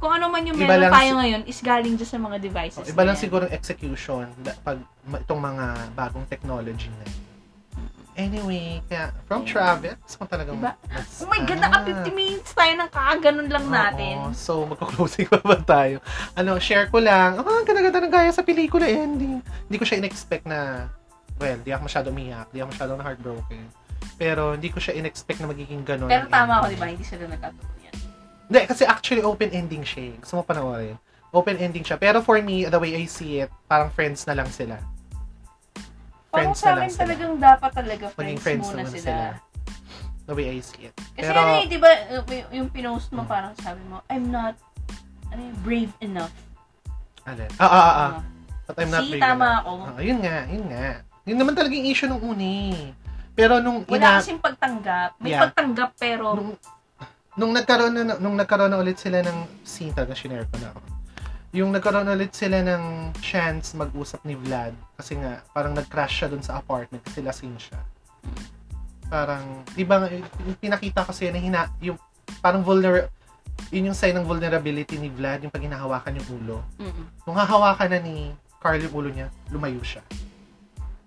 A: kung ano man yung
B: Iba
A: meron
B: lang
A: tayo
B: si-
A: ngayon is galing dyan sa mga devices.
B: So, iba
A: na
B: lang
A: yan.
B: siguro ang execution da- pag ma- itong mga bagong technology na yun. Anyway, kaya from travel, gusto ko talagang...
A: Mm. Diba?
B: mas-
A: Oh my God, naka
B: Ah.
A: 50 minutes tayo ng kaganon lang natin.
B: Oo, so, magko-closing pa ba tayo? Ano, share ko lang. Ah, ang ganda-ganda ng gaya sa pelikula ending. Hindi ko siya in-expect na, well, di ako masyado umiyak, di ako masyado na heartbroken. Pero hindi ko siya in-expect na magiging ganun.
C: Pero
B: ang
C: tama ako, di
B: ending.
C: ba? Hindi sila nagkatuloyan.
B: Hindi, kasi actually open ending siya. eh. Gusto mo panoorin. Open ending siya. Pero for me, the way I see it, parang friends na lang sila.
C: Parang
B: na
C: sa
B: lang
C: amin
B: sila.
C: talagang dapat talaga
B: Maging
C: friends,
B: friends
C: muna
B: naman
C: sila.
B: sila. The way I see it.
C: Kasi
B: Pero- Mm.
C: ano eh, di ba, uh, y- yung pinost mo parang sabi mo, I'm not ano, yun, brave enough.
B: Alin? Ah, ah, ah, ah.
C: Ah.
B: But I'm not
C: See,
B: brave
C: tama
B: enough.
C: ako.
B: Ah, yun nga, yun nga. Yun naman talaga yung issue nung uni. Pero nung
C: Wala
B: ina...
C: kasing pagtanggap.
A: May
B: Yeah. Mm.
A: pagtanggap pero
B: nung, nung nagkaroon na nung nagkaroon na ulit sila ng scene talaga shinare ko na ako. Yung nagkaroon ulit sila ng chance mag-usap ni Vlad kasi nga parang nag-crash siya dun sa apartment kasi lasing siya. Parang, di ba, nga, yung pinakita kasi na hina, yung parang vulner, yun yung sign ng vulnerability ni Vlad, yung pag hinahawakan yung ulo.
A: Mm-mm.
B: Nung hahawakan na ni Carl yung ulo niya, lumayo siya.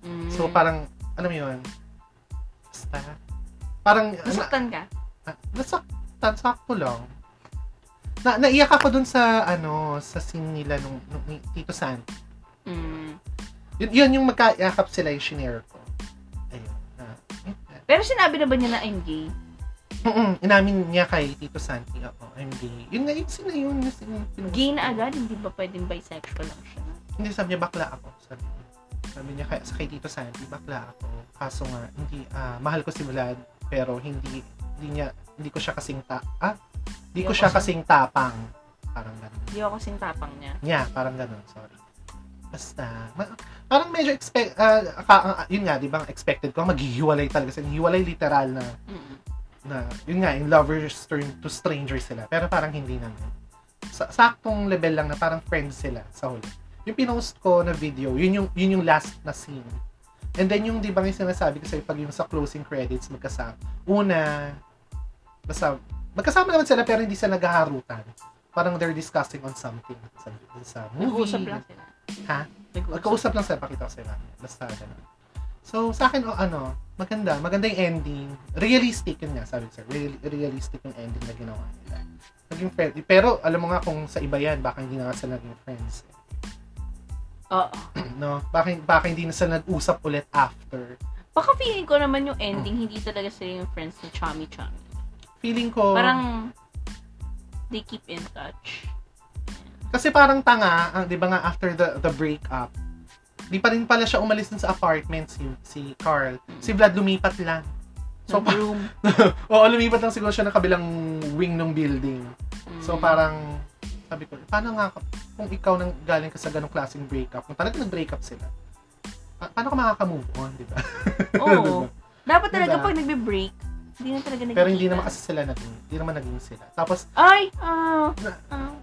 A: Mm.
B: So parang, alam mo yun, basta, parang,
A: nasaktan ka.
B: Ah, nasaktan, sakto lang. Na, naiyak ako dun sa, ano, sa scene nila nung, nung ni Tito San.
A: Mm.
B: Yun, yun yung magkayakap sila yung shinare ko. Ayun. Na,
A: Pero sinabi na ba niya na I'm gay?
B: Mm-mm, inamin niya kay Tito Santi ako, I'm gay. Yun na yun, sino yun? Yung, sin- pinost
A: Gay
B: ko.
A: na agad, hindi ba pwedeng bisexual lang siya?
B: Hindi, sabi niya, bakla ako. Sabi niya. Sabi niya kay, sa kay Tito Santi, bakla ako. Kaso nga, hindi, ah, mahal ko si Vlad, pero hindi, hindi niya, hindi ko siya kasing ta, ah,
A: Hindi
B: hindi ko
A: ako
B: siya
A: siya-
B: kasing tapang. Parang ganun.
A: Hindi ako kasing tapang niya.
B: Yeah, parang ganun, sorry. Basta, ma- parang medyo expect, ah, aka- ah, yun nga, di ba, expected ko, maghihiwalay talaga sila. Hiwalay literal na,
A: Mm-mm.
B: na, yun nga, yung lovers turn to strangers sila. Pero parang hindi naman. Sa, saktong level lang na parang friends sila sa huli. Yung pinost ko na video, yun yung, yun yung last na scene. And then yung, di ba, yung sinasabi ko sa'yo, pag yung sa closing credits, magkasama. Una, basta, magkasama naman sila pero hindi sila naghaharutan. Parang they're discussing on something. Sa, sa movie,
A: Nag-uusap lang sila.
B: Ha?
A: Nag-uusap.
B: Magkausap lang sila, pakita ko sila. Basta, ganun. So, sa akin, oh, ano, maganda. Maganda yung ending. Realistic, yun nga, sabi ko sir. Real, realistic yung ending na ginawa nila. Naging friend. Pero, alam mo nga kung sa iba yan, baka hindi na nga sila naging friends. eh.
A: Oo.
B: no? Baka, baka hindi na sila nag-usap ulit after.
A: Baka feeling ko naman yung ending, hindi talaga sila yung friends ni Chami Chami.
B: Feeling ko,
A: Parang, they keep in touch.
B: kasi parang tanga, ah, di ba nga, after the, the breakup, di pa rin pala siya umalis dun sa apartment si, si Carl. Si Vlad lumipat lang. So,
A: Nag room.
B: Oo, lumipat lang siguro siya ng kabilang wing ng building.
A: Mm. Hmm.
B: So parang sabi ko, paano nga ako- kung ikaw nang galing ka sa ganong klaseng breakup, kung talaga nag-breakup sila, pa- paano ka makaka-move on, di ba?
A: Oo.
B: Diba?
A: Dapat talaga
B: Diba?
A: pag nagbe-break, hindi na talaga nagkikita.
B: Pero hindi naman kasi sila naging, hindi naman naging sila. Tapos,
A: Ay! Ah! ah.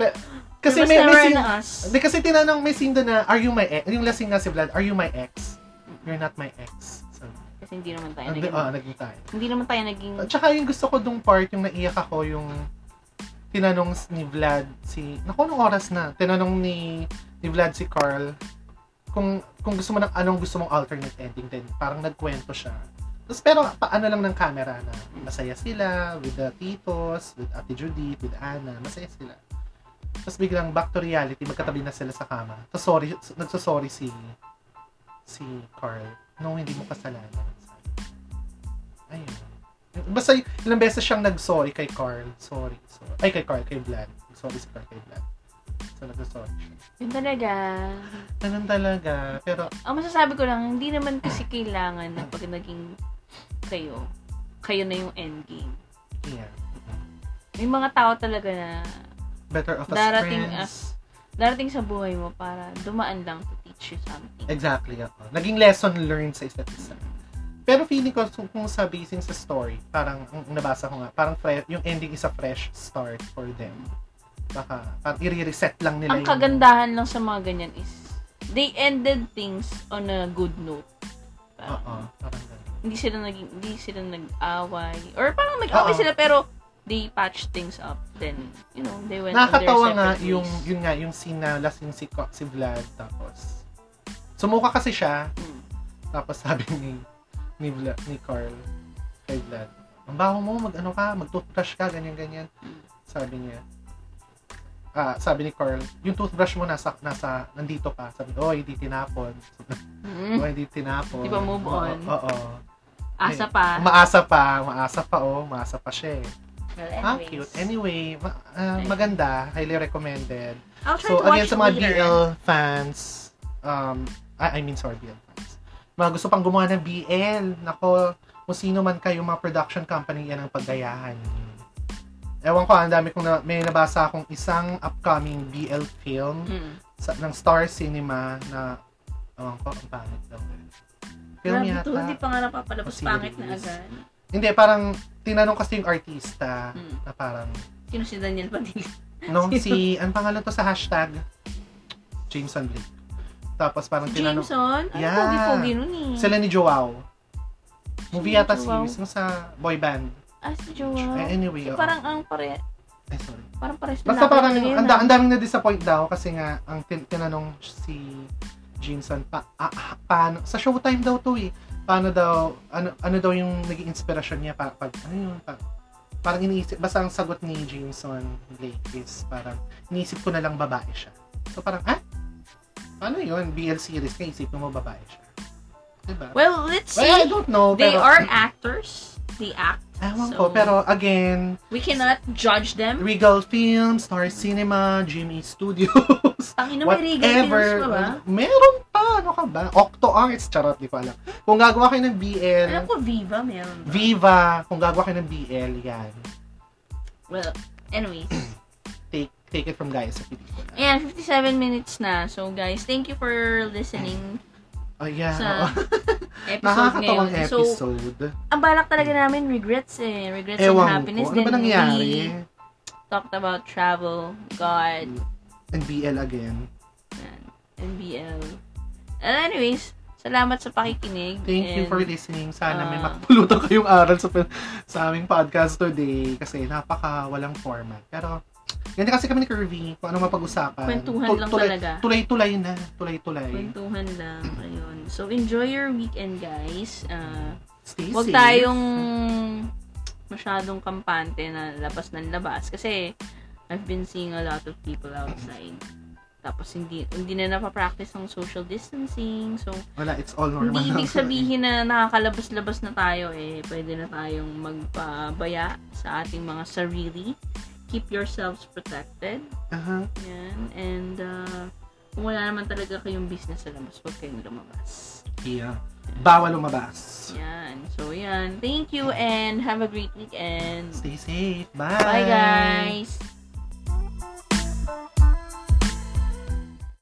B: pe- kasi
A: There was
B: may,
A: never
B: may
A: an
B: scene,
A: us.
B: hindi, kasi tinanong, may scene doon na, are you my ex? Yung lasing nga si Vlad, are you my ex? You're not my ex. So,
A: Kasi hindi naman tayo
B: andi,
A: naging...
B: oh, naging tayo.
A: hindi naman tayo naging...
B: At saka yung gusto ko dong part, yung naiyak ako, yung tinanong ni Vlad si... Naku, anong oras na? Tinanong ni, ni Vlad si Carl kung kung gusto mo ng anong gusto mong alternate ending then parang nagkwento siya. Tapos pero paano lang ng camera na masaya sila with the titos, with Ate Judith, with Anna, masaya sila. Tapos biglang back to reality, magkatabi na sila sa kama. Tapos sorry, nagsasorry si si Carl. No, hindi mo kasalanan. Ayun. Basta y- ilang beses siyang nag-sorry kay Carl. Sorry. sorry. Ay, kay Carl, kay Vlad. Sorry si Carl kay Vlad. So, nag-sorry siya.
A: Yun talaga.
B: Ganun talaga. Pero,
A: Ang masasabi ko lang, hindi naman kasi kailangan na pag naging kayo, kayo na yung endgame.
B: yeah.
A: May mga tao talaga na
B: Better off as
A: Darating
B: friends.
A: darating sa buhay mo para dumaan lang to teach you something.
B: Exactly. Ako. Naging lesson learned sa isa't isa. Pero feeling ko, kung- kung sa basing sa story, parang, ang ang nabasa ko nga, parang fre- yung ending is a fresh start for them. Baka, parang i-reset lang nila
A: Ang kagandahan lang sa mga ganyan is, they ended things on a good note. Parang,
B: Oo, parang ganun.
A: Hindi sila naging, hindi sila nag-away. Or parang nag-away
B: Oo.
A: sila pero they patched things up. Then, you know, they went on
B: Nakakatawa nga
A: their separate
B: yung,
A: ways.
B: yun nga, yung scene na lasing si, Ko- si Vlad, tapos, sumuka kasi siya,
A: Mm.
B: Tapos sabi ni ni, Vla, ni Carl kay Vlad, ang baho mo, mag-ano ka, mag-toothbrush ka, ganyan-ganyan.
A: Hmm.
B: Sabi niya, ah, sabi ni Carl, yung toothbrush mo nasa, nasa, nandito pa. Sabi, oh, hindi tinapon.
A: Mm.
B: Oh, hindi tinapon.
A: Di ba, move
B: Oo,
A: on? Ah.
B: Oo.
A: Asa pa.
B: Umaasa pa, umaasa pa, oh, umaasa pa siya eh.
C: Well,
B: Ah,
C: anyways.
B: cute. Anyway, ma- ah, maganda, highly recommended.
C: I'll try
B: So,
C: to watch
B: again, sa mga
C: later.
B: BL fans, um, I, I mean, sorry, BL fans. Mga gusto pang gumawa ng BL, nako, kung sino man kayo, mga production company, yan ang paggayahan. Ewan ko, ang dami kong na, may nabasa akong isang upcoming BL film
A: Mm.
B: sa, ng Star Cinema na, ewan ko, ang pangit daw. eh. Film
C: Grabe
B: yata. Oh,
C: to, hindi pa nga napapalabas.
B: O,
C: Pangit na
B: series.
C: agad.
B: Hindi, parang, tinanong kasi yung artista,
C: Hmm.
A: Mm.
B: na parang,
C: Sino si Daniel Padilla?
B: no, si, ang pangalan to sa hashtag? Jameson Blake. Tapos parang
A: Si
B: tinanong,
A: Jameson? Ang
B: Yeah.
A: pogi-pogi nun eh.
B: Sila ni Joao. Movie yata
A: Joao.
B: series nung sa boy band.
A: ah, si Jowa.
B: Eh, anyway, oo.
A: parang ang pare,
B: Ay, sorry.
A: parang pares
B: Basta
A: lalaki
B: parang
A: na yun,
B: ang,
A: ah.
B: da- ang daming na-disappoint daw kasi nga ang tin- tinanong si Jameson pa ah, ah, paano sa Showtime daw to eh. Paano daw ano ano daw yung naging inspirasyon niya pa, pag ano yun pa, parang iniisip basta ang sagot ni Jameson Blake is parang iniisip ko na lang babae siya. So parang ah Paano yun? BL series ka isip mo babae siya. Diba?
A: Well, let's see.
B: Well, I don't know.
A: They
B: pero,
A: are actors. They act.
B: Ewan
A: so,
B: ko, pero again,
A: We cannot judge them.
B: Regal Films, Star Cinema, Jimmy Studios,
A: Tangina may Regal Films
B: whatever.
A: pa ba?
B: Meron pa, ano ka ba? Octo Arts, charot, di ko alam. Kung gagawa kayo ng BL,
C: Alam ko, Viva meron. ba?
B: Viva, kung gagawa kayo ng BL, yan.
A: Well, anyways.
B: Take take it from guys sa pelikula.
A: Ayan, 57 minutes na. So, guys, thank you for listening
B: Oh, yeah. oo.
A: sa episode
B: Nakakatawang
A: ngayon. So,
B: episode.
A: ang balak talaga namin, regrets eh. Regrets and
B: Ewan ko.
A: happiness.
B: Ano ba
A: Then,
B: nangyari?
A: We talked about travel, God,
B: And BL again.
A: and NBL. And anyways, salamat sa pakikinig.
B: Thank
A: and
B: you for listening. Sana may
A: ah,
B: makapulutan kayong aral sa, pin- sa aming podcast today kasi napaka walang format. Pero, ganyan kasi kami ni Curvy, kung ano mapag-usapan.
A: Kwentuhan
B: Tu-
A: lang
B: tulay,
A: talaga.
B: Tulay-tulay na. Tulay-tulay.
A: Kwentuhan lang. Ayun. So, enjoy your weekend, guys. Ah,
B: Stay
A: Huwag
B: safe.
A: tayong masyadong kampante na labas ng labas. Kasi, I've been seeing a lot of people outside. Tapos, hindi, hindi na napapractice ng social distancing. So,
B: Wala, it's all normal.
A: hindi ibig sabihin na nakakalabas-labas na tayo eh. Pwede na tayong magpabaya sa ating mga sarili. Keep yourselves protected.
B: Aha.
A: Yan. And, uh, kung wala naman talaga kayong business sa labas, huwag kayong lumabas.
B: Yeah. Bawal lumabas.
A: Yan. So, yan. Thank you and have a great weekend.
B: Stay safe. Bye.
A: Bye, guys.